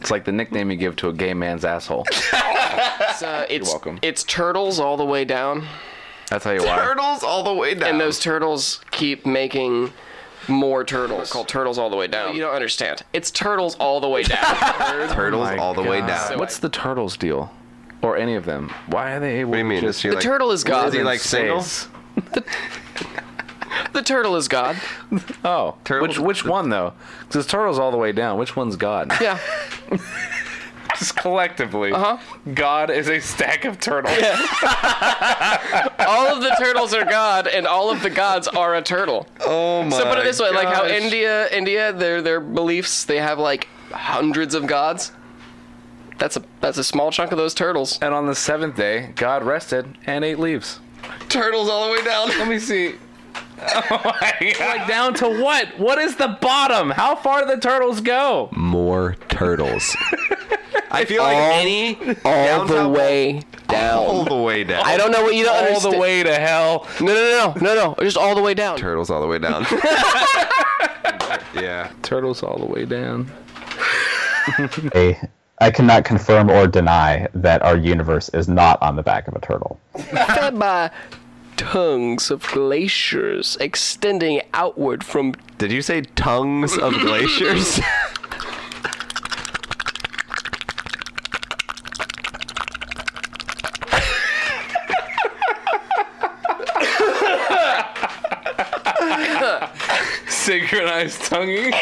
[SPEAKER 5] It's like the nickname you give to a gay man's asshole.
[SPEAKER 4] It's, uh, it's,
[SPEAKER 5] welcome.
[SPEAKER 4] It's turtles all the way down,
[SPEAKER 5] I'll tell you why.
[SPEAKER 6] Turtles all the way down.
[SPEAKER 4] and those turtles keep making more turtles. Called turtles all the way down. You don't understand. It's turtles all the way down.
[SPEAKER 6] turtles
[SPEAKER 5] My
[SPEAKER 6] all the way
[SPEAKER 5] God.
[SPEAKER 6] down.
[SPEAKER 5] What's the turtles deal? Or any of them? Why are they able
[SPEAKER 6] What do you mean?
[SPEAKER 5] to
[SPEAKER 6] Is
[SPEAKER 5] just
[SPEAKER 6] she
[SPEAKER 4] the
[SPEAKER 6] like,
[SPEAKER 4] turtle is God.
[SPEAKER 6] Is he like single?
[SPEAKER 5] space?
[SPEAKER 4] the turtle is God.
[SPEAKER 5] Oh,
[SPEAKER 6] Turtles-
[SPEAKER 5] which which one though? Because turtles all the way down. Which one's God? Uh-huh.
[SPEAKER 4] Yeah.
[SPEAKER 5] Just collectively, God is a stack of turtles.
[SPEAKER 4] all of the turtles are God, and all of the gods are a turtle.
[SPEAKER 6] Oh my.
[SPEAKER 4] So put it this way, like how
[SPEAKER 6] gosh.
[SPEAKER 4] India, India, their their beliefs, they have like hundreds of gods. That's a that's a small chunk of those turtles.
[SPEAKER 5] And on the seventh day, God rested and ate leaves.
[SPEAKER 6] turtles all the way down.
[SPEAKER 5] Let me see. Like down to what? What is the bottom? How far do the turtles go?
[SPEAKER 6] More turtles. I feel like any
[SPEAKER 4] All the way
[SPEAKER 6] all
[SPEAKER 4] down.
[SPEAKER 6] the way down.
[SPEAKER 4] I don't know what you don't
[SPEAKER 5] All
[SPEAKER 4] understand.
[SPEAKER 5] the way to hell.
[SPEAKER 4] No, no, no, no, no. Just all the way down.
[SPEAKER 6] turtles all the way down. yeah.
[SPEAKER 5] Turtles all the way down.
[SPEAKER 15] Hey,
[SPEAKER 17] I cannot confirm or deny that our universe is not on the back of a turtle.
[SPEAKER 4] Fed by tongues of glaciers extending outward from.
[SPEAKER 18] Did you say tongues of glaciers?
[SPEAKER 4] Synchronized tonguing.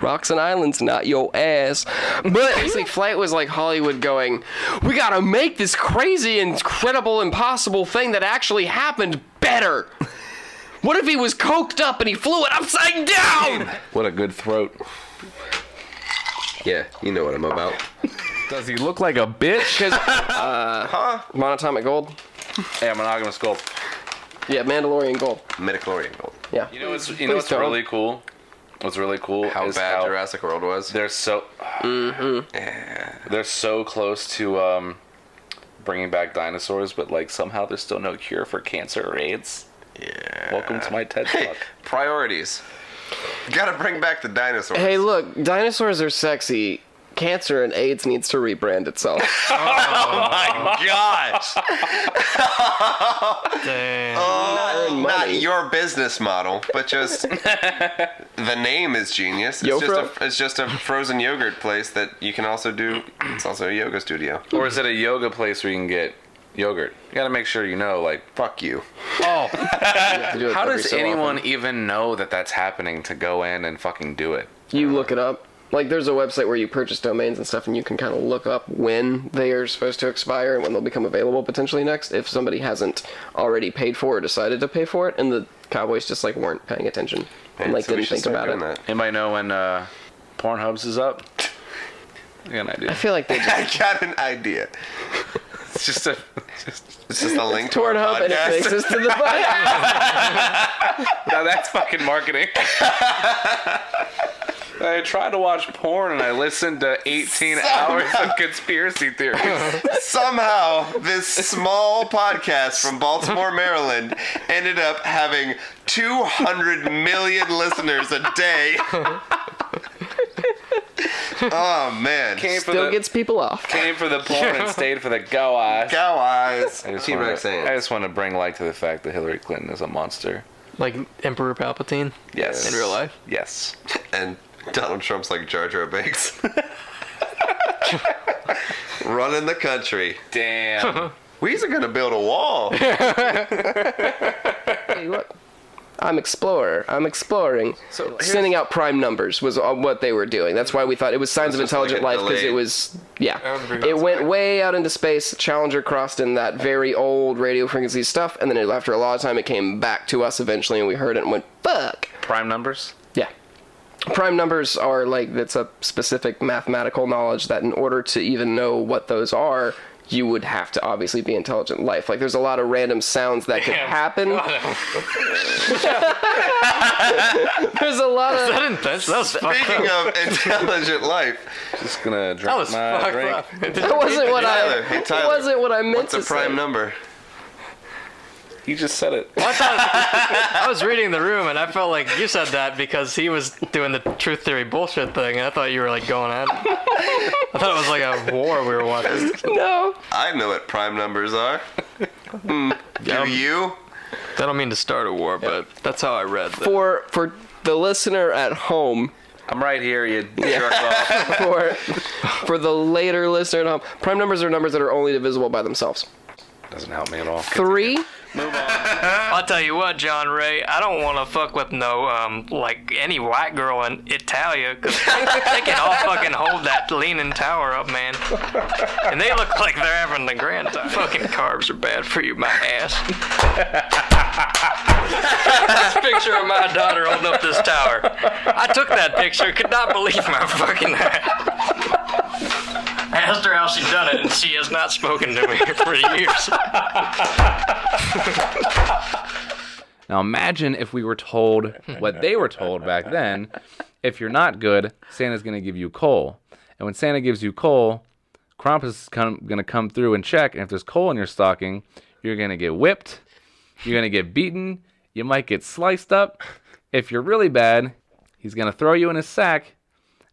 [SPEAKER 4] Rocks and islands, not your ass. But basically, Flight was like Hollywood going, we gotta make this crazy, incredible, impossible thing that actually happened better. What if he was coked up and he flew it upside down?
[SPEAKER 5] What a good throat.
[SPEAKER 6] Yeah, you know what I'm about.
[SPEAKER 5] Does he look like a bitch?
[SPEAKER 4] Because uh, monatomic gold.
[SPEAKER 5] Yeah, monogamous gold.
[SPEAKER 4] Yeah, Mandalorian gold.
[SPEAKER 6] Midichlorian gold.
[SPEAKER 4] Yeah.
[SPEAKER 5] You know what's you
[SPEAKER 4] Please
[SPEAKER 5] know what's
[SPEAKER 4] don't.
[SPEAKER 5] really cool? What's really cool
[SPEAKER 6] How
[SPEAKER 5] is
[SPEAKER 6] bad
[SPEAKER 5] how
[SPEAKER 6] Jurassic World was.
[SPEAKER 5] they're so
[SPEAKER 4] Mm-hmm.
[SPEAKER 5] they're so close to um, bringing back dinosaurs, but like somehow there's still no cure for cancer or AIDS. Yeah. Welcome to my TED talk.
[SPEAKER 6] Priorities. Gotta bring back the dinosaurs.
[SPEAKER 4] Hey, look, dinosaurs are sexy. Cancer and AIDS needs to rebrand itself.
[SPEAKER 6] Oh my gosh!
[SPEAKER 3] Damn.
[SPEAKER 6] Oh, not your business model, but just the name is genius. It's just, a, it's just a frozen yogurt place that you can also do. It's also a yoga studio.
[SPEAKER 5] or is it a yoga place where you can get yogurt? You gotta make sure you know, like, fuck you.
[SPEAKER 6] Oh,
[SPEAKER 4] do it
[SPEAKER 5] How
[SPEAKER 4] every
[SPEAKER 5] does
[SPEAKER 4] so
[SPEAKER 5] anyone even know that that's happening to go in and fucking do it?
[SPEAKER 4] You look it up. Like, there's a website where you purchase domains and stuff, and you can kind of look up when they are supposed to expire and when they'll become available potentially next if somebody hasn't already paid for or decided to pay for it. And the Cowboys just, like, weren't paying attention and, like, didn't think about it.
[SPEAKER 5] Anybody know when uh, Pornhubs is up? I got an idea.
[SPEAKER 4] I feel like they
[SPEAKER 6] I got an idea. It's just a, it's just a link to our
[SPEAKER 4] Pornhub and it
[SPEAKER 6] podcast.
[SPEAKER 4] takes us to the podcast.
[SPEAKER 5] now that's fucking marketing. I tried to watch porn and I listened to 18 hours of conspiracy theories.
[SPEAKER 6] Somehow, this small podcast from Baltimore, Maryland, ended up having 200 million listeners a day. oh man!
[SPEAKER 5] Came for
[SPEAKER 4] Still
[SPEAKER 5] the-
[SPEAKER 4] gets people off.
[SPEAKER 5] Came for the porn and stayed for the go eyes.
[SPEAKER 6] Go eyes.
[SPEAKER 5] I just,
[SPEAKER 6] Keep
[SPEAKER 5] wanna,
[SPEAKER 6] it saying.
[SPEAKER 5] I just want to bring light to the fact that Hillary Clinton is a monster.
[SPEAKER 3] Like Emperor Palpatine.
[SPEAKER 5] Yes.
[SPEAKER 3] In real life.
[SPEAKER 5] Yes.
[SPEAKER 6] And Donald Trump's like Jar Jar Binks. Running the country.
[SPEAKER 5] Damn.
[SPEAKER 6] We's are gonna build a wall.
[SPEAKER 4] Hey, look. I'm explorer. I'm exploring. Sending out prime numbers was all what they were doing. That's why we thought it was signs of
[SPEAKER 6] It's just like
[SPEAKER 4] intelligent
[SPEAKER 6] a
[SPEAKER 4] life because it
[SPEAKER 6] delayed-
[SPEAKER 4] was yeah. It went way out into space. Challenger crossed in that very old radio frequency stuff, and then it- after a lot of time, it came back to us eventually, and we heard it and went fuck.
[SPEAKER 5] Prime numbers?
[SPEAKER 4] Yeah. Prime numbers are like that's a specific mathematical knowledge that in order to even know what those are, you would have to obviously be intelligent life. Like there's a lot of random sounds that could happen. there's a lot of
[SPEAKER 3] That intense. That was fucked
[SPEAKER 6] Speaking
[SPEAKER 3] up.
[SPEAKER 6] of intelligent life,
[SPEAKER 5] Just gonna drink
[SPEAKER 3] That was
[SPEAKER 5] my
[SPEAKER 3] fucked
[SPEAKER 5] drink.
[SPEAKER 3] up.
[SPEAKER 4] That wasn't what
[SPEAKER 6] Tyler,
[SPEAKER 4] I.
[SPEAKER 6] hey
[SPEAKER 4] that
[SPEAKER 6] Tyler,
[SPEAKER 4] wasn't what I meant
[SPEAKER 6] what's
[SPEAKER 4] to
[SPEAKER 6] a prime
[SPEAKER 4] say.
[SPEAKER 6] number?
[SPEAKER 5] You just said it.
[SPEAKER 3] Well, I, thought, I was reading the room and I felt like you said that because he was doing the truth theory bullshit thing, and I thought you were like going at. It. I thought it was like a war we were watching.
[SPEAKER 4] No.
[SPEAKER 6] I know what prime numbers are. Hmm. Do you?
[SPEAKER 3] I don't mean to start a war, but that's how I read that.
[SPEAKER 4] For for the listener at home,
[SPEAKER 5] I'm right here, you jerk off.
[SPEAKER 4] for for the later listener at home, prime numbers are numbers that are only divisible by themselves.
[SPEAKER 5] Doesn't help me at all.
[SPEAKER 4] Three.
[SPEAKER 3] I'll tell you what, John Ray, I don't want to fuck with no um like any white girl in Italia 'cause they can all fucking hold that leaning tower up, man. And they look like they're having the grand time. Fucking carbs are bad for you, my ass. this picture of my daughter holding up this tower. I took that picture, could not believe my fucking eyes. I asked her how she done it, and she has not spoken to me for years.
[SPEAKER 18] Now imagine if we were told what they were told back then. If you're not good, Santa's going to give you coal. And when Santa gives you coal, Krampus is come, going to come through and check. And if there's coal in your stocking, you're going to get whipped. You're going to get beaten. You might get sliced up. If you're really bad, he's going to throw you in his sack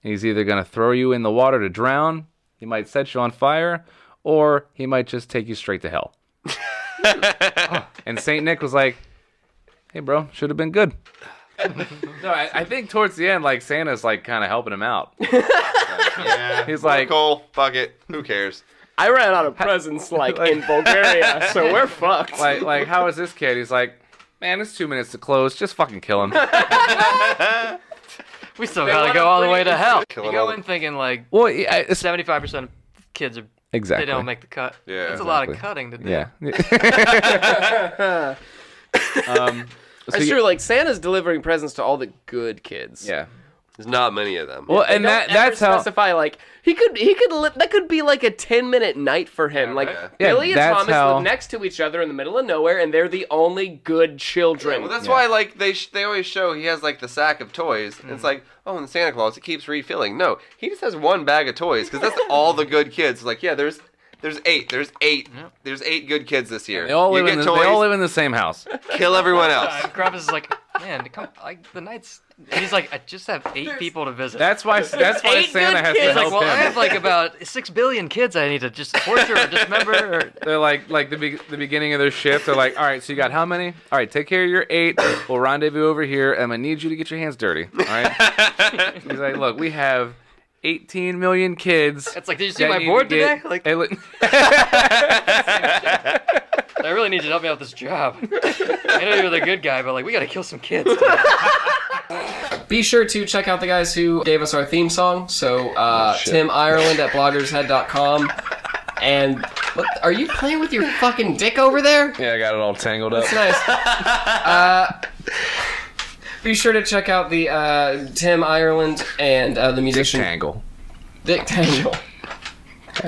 [SPEAKER 8] He's either going to throw you in the water to drown, he might set you on fire, or he might just take you straight to hell. and St. Nick was like, hey, bro, should have been good. no, I, I think towards the end, like Santa's like kind of helping him out. yeah, he's like,
[SPEAKER 6] "Cool, fuck it, who cares?"
[SPEAKER 4] I ran out of presents like, in Bulgaria, so we're fucked.
[SPEAKER 8] Like, like how is this kid? He's like, man, it's two minutes to close. Just fucking kill him.
[SPEAKER 11] We still
[SPEAKER 8] They gotta wanna go all the bring way to it- hell.
[SPEAKER 11] You
[SPEAKER 8] Killing all
[SPEAKER 11] go
[SPEAKER 8] the-
[SPEAKER 11] in thinking like,
[SPEAKER 8] well,
[SPEAKER 11] seventy-five percent of kids are
[SPEAKER 8] Exactly.
[SPEAKER 11] They don't make the cut.
[SPEAKER 8] Yeah,
[SPEAKER 11] that's a lot of
[SPEAKER 8] exactly.
[SPEAKER 11] cutting to do.
[SPEAKER 8] Yeah. um,
[SPEAKER 4] It's true. Like Santa's delivering presents to all the good kids.
[SPEAKER 8] Yeah.
[SPEAKER 6] There's not many of them.
[SPEAKER 4] Well, and that that's how specify like he could he could li- that could be like a ten minute night for him. like
[SPEAKER 8] Yeah,
[SPEAKER 4] Billy and
[SPEAKER 8] that's
[SPEAKER 4] Thomas
[SPEAKER 8] how-
[SPEAKER 4] live next to each other in the middle of nowhere, and they're the only good children.
[SPEAKER 6] Well, that's why like they sh- they always show he has like the sack of toys.
[SPEAKER 8] Mm.
[SPEAKER 6] And it's like, oh, and Santa Claus he keeps refilling. No, he just has one bag of toys because that's all the good kids. Like, yeah, there's there's eight, there's eight, there's eight good kids this year.
[SPEAKER 8] They all
[SPEAKER 6] you
[SPEAKER 8] live in
[SPEAKER 6] get
[SPEAKER 8] the,
[SPEAKER 6] toys,
[SPEAKER 8] they all live in the same house.
[SPEAKER 6] kill everyone else.
[SPEAKER 11] Grubbs is like, man, come like the nights. He's like, I just have eight people to visit.
[SPEAKER 8] That's why- that's why
[SPEAKER 11] Eight
[SPEAKER 8] Santa
[SPEAKER 11] good
[SPEAKER 8] has to
[SPEAKER 11] kids. Like,
[SPEAKER 8] help
[SPEAKER 11] well, I
[SPEAKER 8] him.
[SPEAKER 11] have like about six billion kids I need to just torture or dismember. Or...
[SPEAKER 8] They're like like the be- the beginning of their shift. They're like, all right, so you got how many? All right, take care of your eight. We'll rendezvous over here. I'm gonna need you to get your hands dirty. All right. He's like, look, we have 18 million kids.
[SPEAKER 11] It's like, did you see
[SPEAKER 8] that
[SPEAKER 11] my
[SPEAKER 8] need
[SPEAKER 11] board
[SPEAKER 8] to get-
[SPEAKER 11] today? Like,
[SPEAKER 8] Hey, look-
[SPEAKER 11] I really need you to help me out with this job. I know you're the good guy, but like, we gotta kill some kids. today.
[SPEAKER 4] Be sure to check out the guys who gave us our theme song. So
[SPEAKER 8] Oh,
[SPEAKER 4] uh, Tim Ireland at bloggershead.com. And what, are you playing with your fucking dick over there?
[SPEAKER 8] yeah, I got it all tangled up.
[SPEAKER 4] That's nice. uh, be sure to check out the uh, Tim Ireland and uh, the musician Dick
[SPEAKER 8] Tangle.
[SPEAKER 4] Dick Tangle.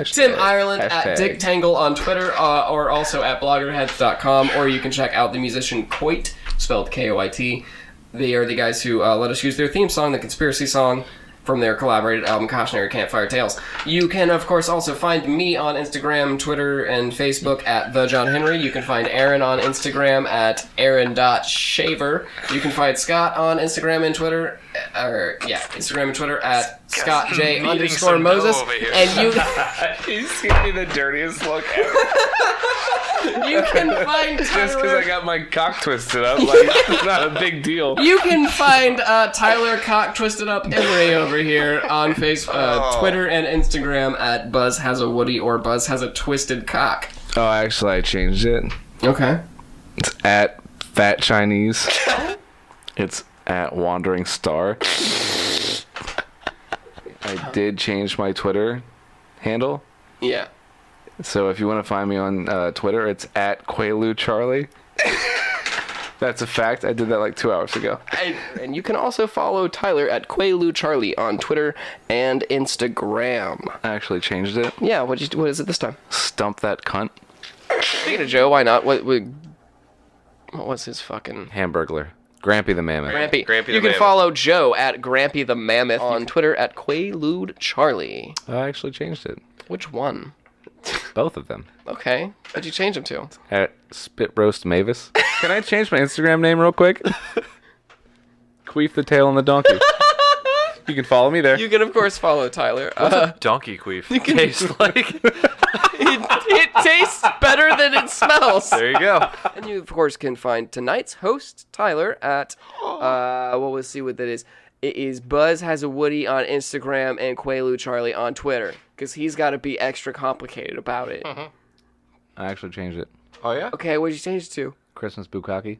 [SPEAKER 4] Tim Ireland
[SPEAKER 8] Hashtag.
[SPEAKER 4] at Dick Tangle on Twitter uh, or also at bloggerheads.com or you can check out the musician Coit, spelled K O I T. They are the guys who uh, let us use their theme song, the conspiracy song, from their collaborated album Cautionary Campfire Tales. You can, of course, also find me on Instagram, Twitter, and Facebook at the John Henry. You can find Aaron on Instagram at Aaron.shaver. You can find Scott on Instagram and Twitter, uh, or yeah, Instagram and Twitter at Scott J
[SPEAKER 8] Meeting
[SPEAKER 4] underscore
[SPEAKER 8] some
[SPEAKER 4] Moses.
[SPEAKER 8] dough over here.
[SPEAKER 4] And you
[SPEAKER 8] He's giving me the dirtiest look ever.
[SPEAKER 4] you can find
[SPEAKER 8] Just because
[SPEAKER 4] Tyler-
[SPEAKER 8] I got my cock twisted up, like it's not a big deal.
[SPEAKER 4] You can find uh, Tyler Cock Twisted Up Emery over here on Facebook, uh,
[SPEAKER 8] Oh.
[SPEAKER 4] Twitter, and Instagram at Buzz Has a Woody or Buzz Has a Twisted Cock.
[SPEAKER 8] Oh, actually, I changed it.
[SPEAKER 4] Okay.
[SPEAKER 8] It's at Fat Chinese. it's at Wandering Star. I did change my Twitter handle.
[SPEAKER 4] Yeah.
[SPEAKER 8] So if you want to find me on uh, Twitter, it's at Quaalude Charlie. That's a fact. I did that like two hours ago.
[SPEAKER 4] And, and you can also follow Tyler at Quaalu Charlie on Twitter and Instagram.
[SPEAKER 8] I actually changed it.
[SPEAKER 4] Yeah, what you, what is it this time?
[SPEAKER 8] Stump that cunt.
[SPEAKER 4] Speaking of Joe, why not? What, what, what was his fucking
[SPEAKER 8] Hamburglar. Grampy the Mammoth.
[SPEAKER 4] Grampy? you can follow Joe at Grampy the Mammoth on Twitter at Quaalude Charlie.
[SPEAKER 8] I actually changed it.
[SPEAKER 4] Which one?
[SPEAKER 8] Both of them.
[SPEAKER 4] Okay, what'd you change him to?
[SPEAKER 8] At Spit Roast Mavis. Can I change my Instagram name real quick? Queef the tail on the donkey. you can follow me there.
[SPEAKER 4] You can of course follow Tyler.
[SPEAKER 13] What's
[SPEAKER 4] Uh,
[SPEAKER 13] a donkey queef
[SPEAKER 4] you can-
[SPEAKER 13] taste like?
[SPEAKER 4] it, it tastes better than it smells.
[SPEAKER 13] There you go.
[SPEAKER 4] And you, of course, can find tonight's host, Tyler, at, uh, well, we'll see what that is. It is Buzz Has a Woody on Instagram and Quaalu Charlie on Twitter. Because he's got to be extra complicated about it.
[SPEAKER 8] I actually changed it.
[SPEAKER 4] Oh, yeah? Okay, what'd you change it to?
[SPEAKER 8] Christmas Bukaki.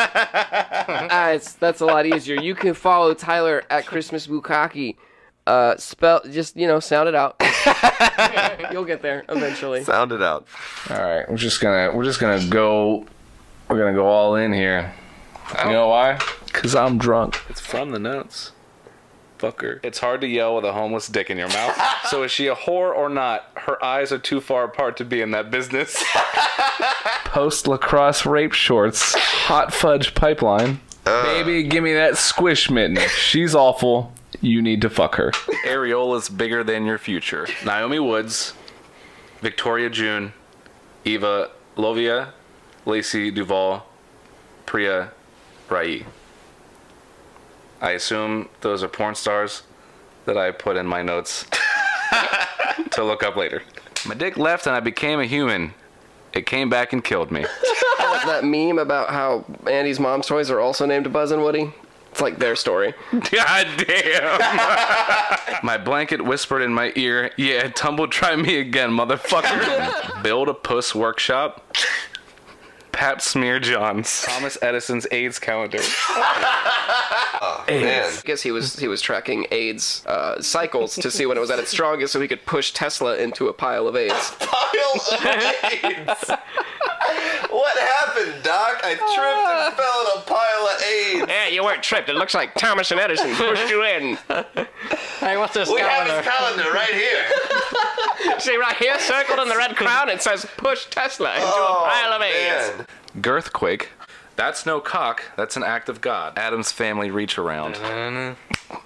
[SPEAKER 4] Ah, it's, that's a lot easier. You can follow Tyler at Christmas Bukaki. Uh, spell, just, you know, sound it out. You'll get there eventually.
[SPEAKER 6] Sound it out.
[SPEAKER 8] All right, we're just gonna we're just gonna go we're gonna go all in here. You know why? Cause I'm drunk. It's from the notes, fucker. It's hard to yell with a homeless dick in your mouth. so is she a whore or not? Her eyes are too far apart to be in that business. Post lacrosse rape shorts, hot fudge pipeline. Baby, give me that squish mitten. She's awful. You need to fuck her. Areola's bigger than your future. Naomi Woods, Victoria June, Eva Lovia, Lacey Duval, Priya Rai. I assume those are porn stars.
[SPEAKER 5] that I put in my notes to look up later. My dick left and I became a human. It came back and killed me.
[SPEAKER 4] that meme about how Andy's mom's toys are also named Buzz and Woody. It's like their story.
[SPEAKER 5] God damn. My blanket whispered in my ear, yeah, tumble try me again, motherfucker. Build a puss workshop. Pap smear Johns. Thomas Edison's AIDS calendar.
[SPEAKER 4] Man. I guess he was he was tracking AIDS uh, cycles to see when it was at its strongest, so he could push Tesla into a pile of AIDS.
[SPEAKER 6] What happened, Doc? I tripped
[SPEAKER 4] Ah.
[SPEAKER 6] and fell in a pile of AIDS.
[SPEAKER 4] Yeah, you weren't tripped. It looks like Thomas and Edison pushed you in.
[SPEAKER 3] Hey, what's this
[SPEAKER 6] We have his calendar right here.
[SPEAKER 4] See right here, circled in the red crown, it says "Push Tesla into
[SPEAKER 6] Oh,
[SPEAKER 4] a pile of AIDS."
[SPEAKER 6] man.
[SPEAKER 5] Girthquake. That's no cock, that's an act of God. Adam's family reach around.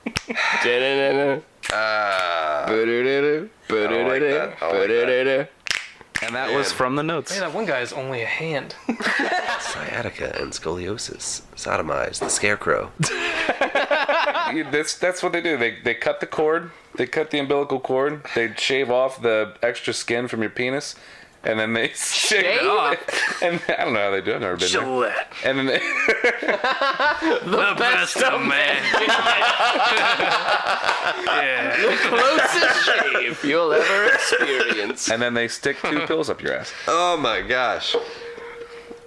[SPEAKER 15] Uh.
[SPEAKER 5] And that was from the notes.
[SPEAKER 3] Hey, that one guy's only a hand.
[SPEAKER 6] Sciatica and scoliosis. Sodomized the scarecrow.
[SPEAKER 5] You- that's that's what they do. They they cut the cord, they cut the umbilical cord, they shave off the extra skin from your penis, and then they shave it off. And I don't know how they do. it. I've never been
[SPEAKER 2] Gillette.
[SPEAKER 5] there. And then they,
[SPEAKER 2] The, best, of man.
[SPEAKER 4] The closest shave you'll ever experience.
[SPEAKER 5] and then they stick two pills up your ass.
[SPEAKER 6] Oh my gosh.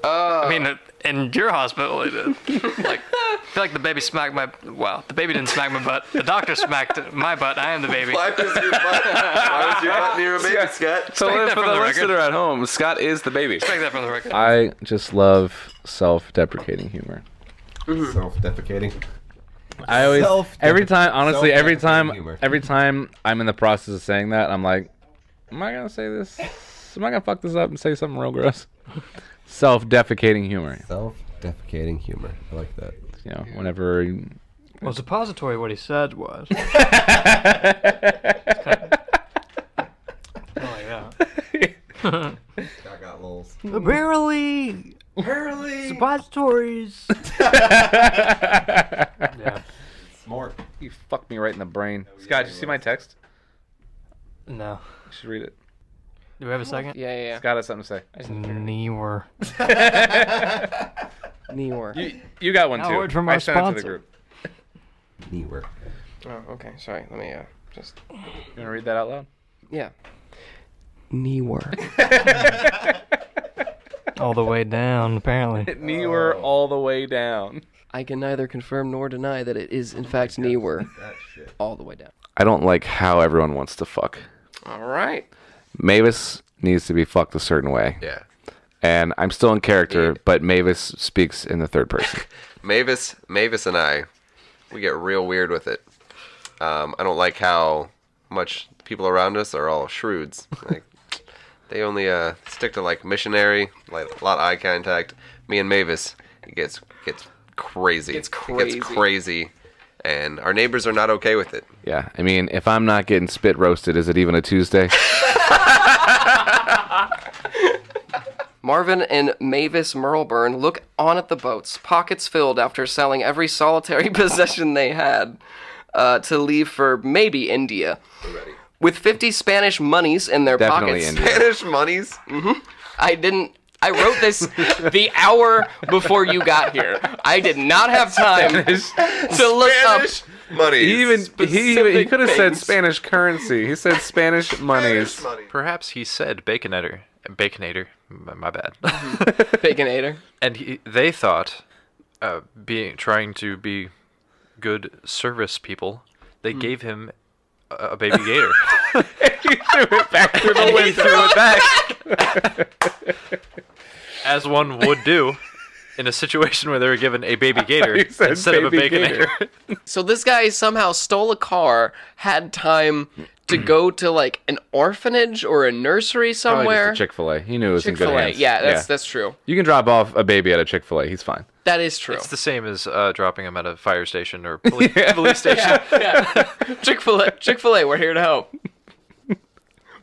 [SPEAKER 11] I mean, in your hospital, it is. like, I feel like the baby smacked my. Wow, the baby didn't smack my butt. The doctor smacked my butt. I am the baby.
[SPEAKER 6] Why was your butt, why was your butt near a baby, Scott?
[SPEAKER 5] So
[SPEAKER 11] that
[SPEAKER 5] for
[SPEAKER 11] from
[SPEAKER 5] the
[SPEAKER 11] the record.
[SPEAKER 5] listener at home, Scott is the baby.
[SPEAKER 11] Take that from the record.
[SPEAKER 8] I just love self-deprecating humor.
[SPEAKER 15] Self-defecating.
[SPEAKER 8] I always
[SPEAKER 15] Self-
[SPEAKER 8] every time honestly every time
[SPEAKER 15] self-deprecating humor.
[SPEAKER 8] every time I'm in the process of saying that I'm like, am I gonna say this? Am I gonna fuck this up and say something real gross? Self-defecating humor.
[SPEAKER 15] Self-defecating humor. I like that.
[SPEAKER 8] You know, whenever you-
[SPEAKER 11] Well, suppository, what he said was. oh, yeah.
[SPEAKER 15] I got lols.
[SPEAKER 11] Barely.
[SPEAKER 15] Barely.
[SPEAKER 11] Suppositories.
[SPEAKER 15] Smart.
[SPEAKER 8] you fuck me right in the brain. Scott, did you see my text?
[SPEAKER 11] No.
[SPEAKER 8] You should read it.
[SPEAKER 11] Do we have a second?
[SPEAKER 4] Yeah, yeah,
[SPEAKER 8] Scott has something to say.
[SPEAKER 11] Newer.
[SPEAKER 4] yeah. New York.
[SPEAKER 8] You, you got one
[SPEAKER 11] Now
[SPEAKER 8] too.
[SPEAKER 11] a word from
[SPEAKER 8] I
[SPEAKER 11] our
[SPEAKER 8] sent it to the
[SPEAKER 11] sponsor.
[SPEAKER 8] group.
[SPEAKER 15] Knee work.
[SPEAKER 4] Oh, okay. Sorry. Let me uh, just.
[SPEAKER 8] You wanna read that out loud?
[SPEAKER 4] Yeah. Knee work.
[SPEAKER 11] All the way down, apparently.
[SPEAKER 8] Knee were all the way down.
[SPEAKER 4] I can neither confirm nor deny that it is in fact knee work. All the way down.
[SPEAKER 8] I don't like how everyone wants to fuck.
[SPEAKER 4] All right.
[SPEAKER 8] Mavis needs to be fucked a certain way.
[SPEAKER 6] Yeah.
[SPEAKER 8] And I'm still in character, but Mavis speaks in the third person.
[SPEAKER 6] Mavis, Mavis, and I, we get real weird with it. Um, I don't like how much people around us are all shrewds. Like they only uh, stick to like missionary, like a lot of eye contact. Me and Mavis, it gets gets crazy.
[SPEAKER 4] Gets
[SPEAKER 6] It
[SPEAKER 4] crazy.
[SPEAKER 6] gets crazy, and our neighbors are not okay with it.
[SPEAKER 8] yeah. I mean, if I'm not getting spit roasted, is it even a Tuesday?
[SPEAKER 4] Marvin and Mavis Merleburn look on at the boats, pockets filled after selling every solitary possession they had uh, to leave for maybe India. With 50 Spanish monies in their
[SPEAKER 8] Definitely
[SPEAKER 4] pockets.
[SPEAKER 8] India.
[SPEAKER 6] Spanish monies.
[SPEAKER 4] I didn't. I wrote this the hour before you got here. I did not have time to look
[SPEAKER 6] Spanish
[SPEAKER 4] up.
[SPEAKER 6] monies.
[SPEAKER 8] He even he, even- he
[SPEAKER 4] Specific
[SPEAKER 8] could have said
[SPEAKER 4] things.
[SPEAKER 8] Spanish currency. He said Spanish
[SPEAKER 6] Spanish
[SPEAKER 8] monies.
[SPEAKER 6] monies.
[SPEAKER 13] Perhaps he said Baconator. Baconator. My my bad.
[SPEAKER 4] Baconator.
[SPEAKER 13] and he, they thought, uh, being trying to be good service people, they gave him a, a baby gator.
[SPEAKER 8] Hmm. he threw it back through the
[SPEAKER 13] He
[SPEAKER 8] window.
[SPEAKER 13] threw it back, as one would do, in a situation where they were given a baby gator
[SPEAKER 8] You said
[SPEAKER 13] instead of a
[SPEAKER 8] baby
[SPEAKER 13] baconator.
[SPEAKER 4] So this guy somehow stole a car, had time to go to like an orphanage or a nursery somewhere.
[SPEAKER 8] Chick Fil A. He knew it was in good
[SPEAKER 4] Chick-fil-A.
[SPEAKER 8] hands.
[SPEAKER 4] Yeah, that's that's true.
[SPEAKER 8] You can drop off a baby at a Chick Fil A. He's fine.
[SPEAKER 4] That is true.
[SPEAKER 13] It's the same as uh, dropping him at a fire station or police, police station.
[SPEAKER 4] Chick Fil A. Chick Fil A. We're here to help.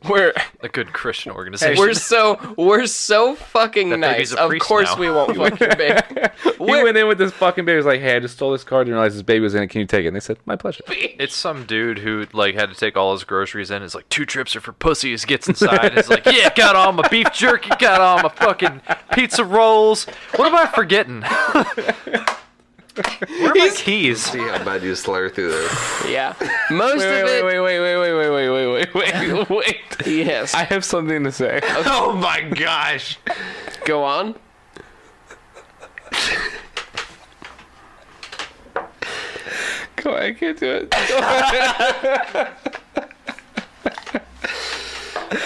[SPEAKER 4] We're
[SPEAKER 5] a good Christian organization.
[SPEAKER 4] we're so we're so fucking
[SPEAKER 8] That baby's
[SPEAKER 4] nice.
[SPEAKER 8] a
[SPEAKER 4] Of
[SPEAKER 8] priest
[SPEAKER 4] course
[SPEAKER 8] now.
[SPEAKER 4] we won't fuck your baby.
[SPEAKER 8] He went in with this fucking baby. He was like, "Hey, I just stole this card. Didn't realize this baby was in it. Can you take it?" And they said, "My pleasure."
[SPEAKER 5] It's some dude who like had to take all his groceries in. It's like two trips are for pussies. Gets inside. And is like, yeah, got all my beef jerky. Got all my fucking pizza rolls. What am I forgetting? Where are my keys?
[SPEAKER 6] See how bad you slur through this.
[SPEAKER 4] Yeah. Most
[SPEAKER 8] wait,
[SPEAKER 4] of
[SPEAKER 8] wait,
[SPEAKER 4] it-
[SPEAKER 8] Wait, wait, wait, wait, wait, wait, wait, wait, wait, wait.
[SPEAKER 4] Yes.
[SPEAKER 8] I have something to say.
[SPEAKER 6] Oh my gosh.
[SPEAKER 4] Go on.
[SPEAKER 8] Go on, I can't do it.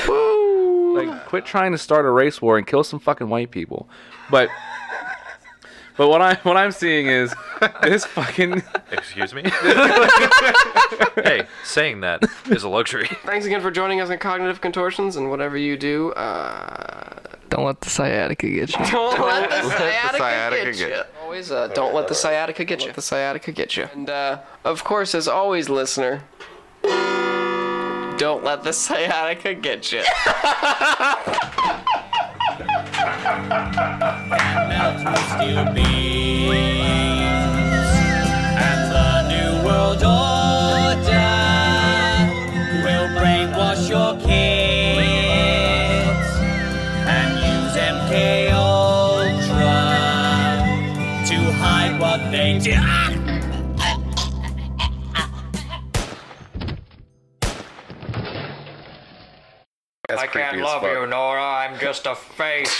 [SPEAKER 8] like, quit trying to start a race war and kill some fucking white people. But, but what I what I'm seeing is this fucking.
[SPEAKER 5] Excuse me. hey, saying that is a luxury.
[SPEAKER 4] Thanks again for joining us on Cognitive Contortions and whatever you do, uh,
[SPEAKER 19] Don't let the sciatica get you.
[SPEAKER 4] don't let the sciatica,
[SPEAKER 19] sciatica
[SPEAKER 4] get,
[SPEAKER 19] get
[SPEAKER 4] you.
[SPEAKER 19] you.
[SPEAKER 4] Always, uh, don't let the sciatica get you. the sciatica get you. And uh, of course, as always, listener, don't let the sciatica get you.
[SPEAKER 2] steel beams and the new world order will brainwash your kids and use MK Ultra to hide what they did.
[SPEAKER 3] I can't love you, Nora. I'm just a face.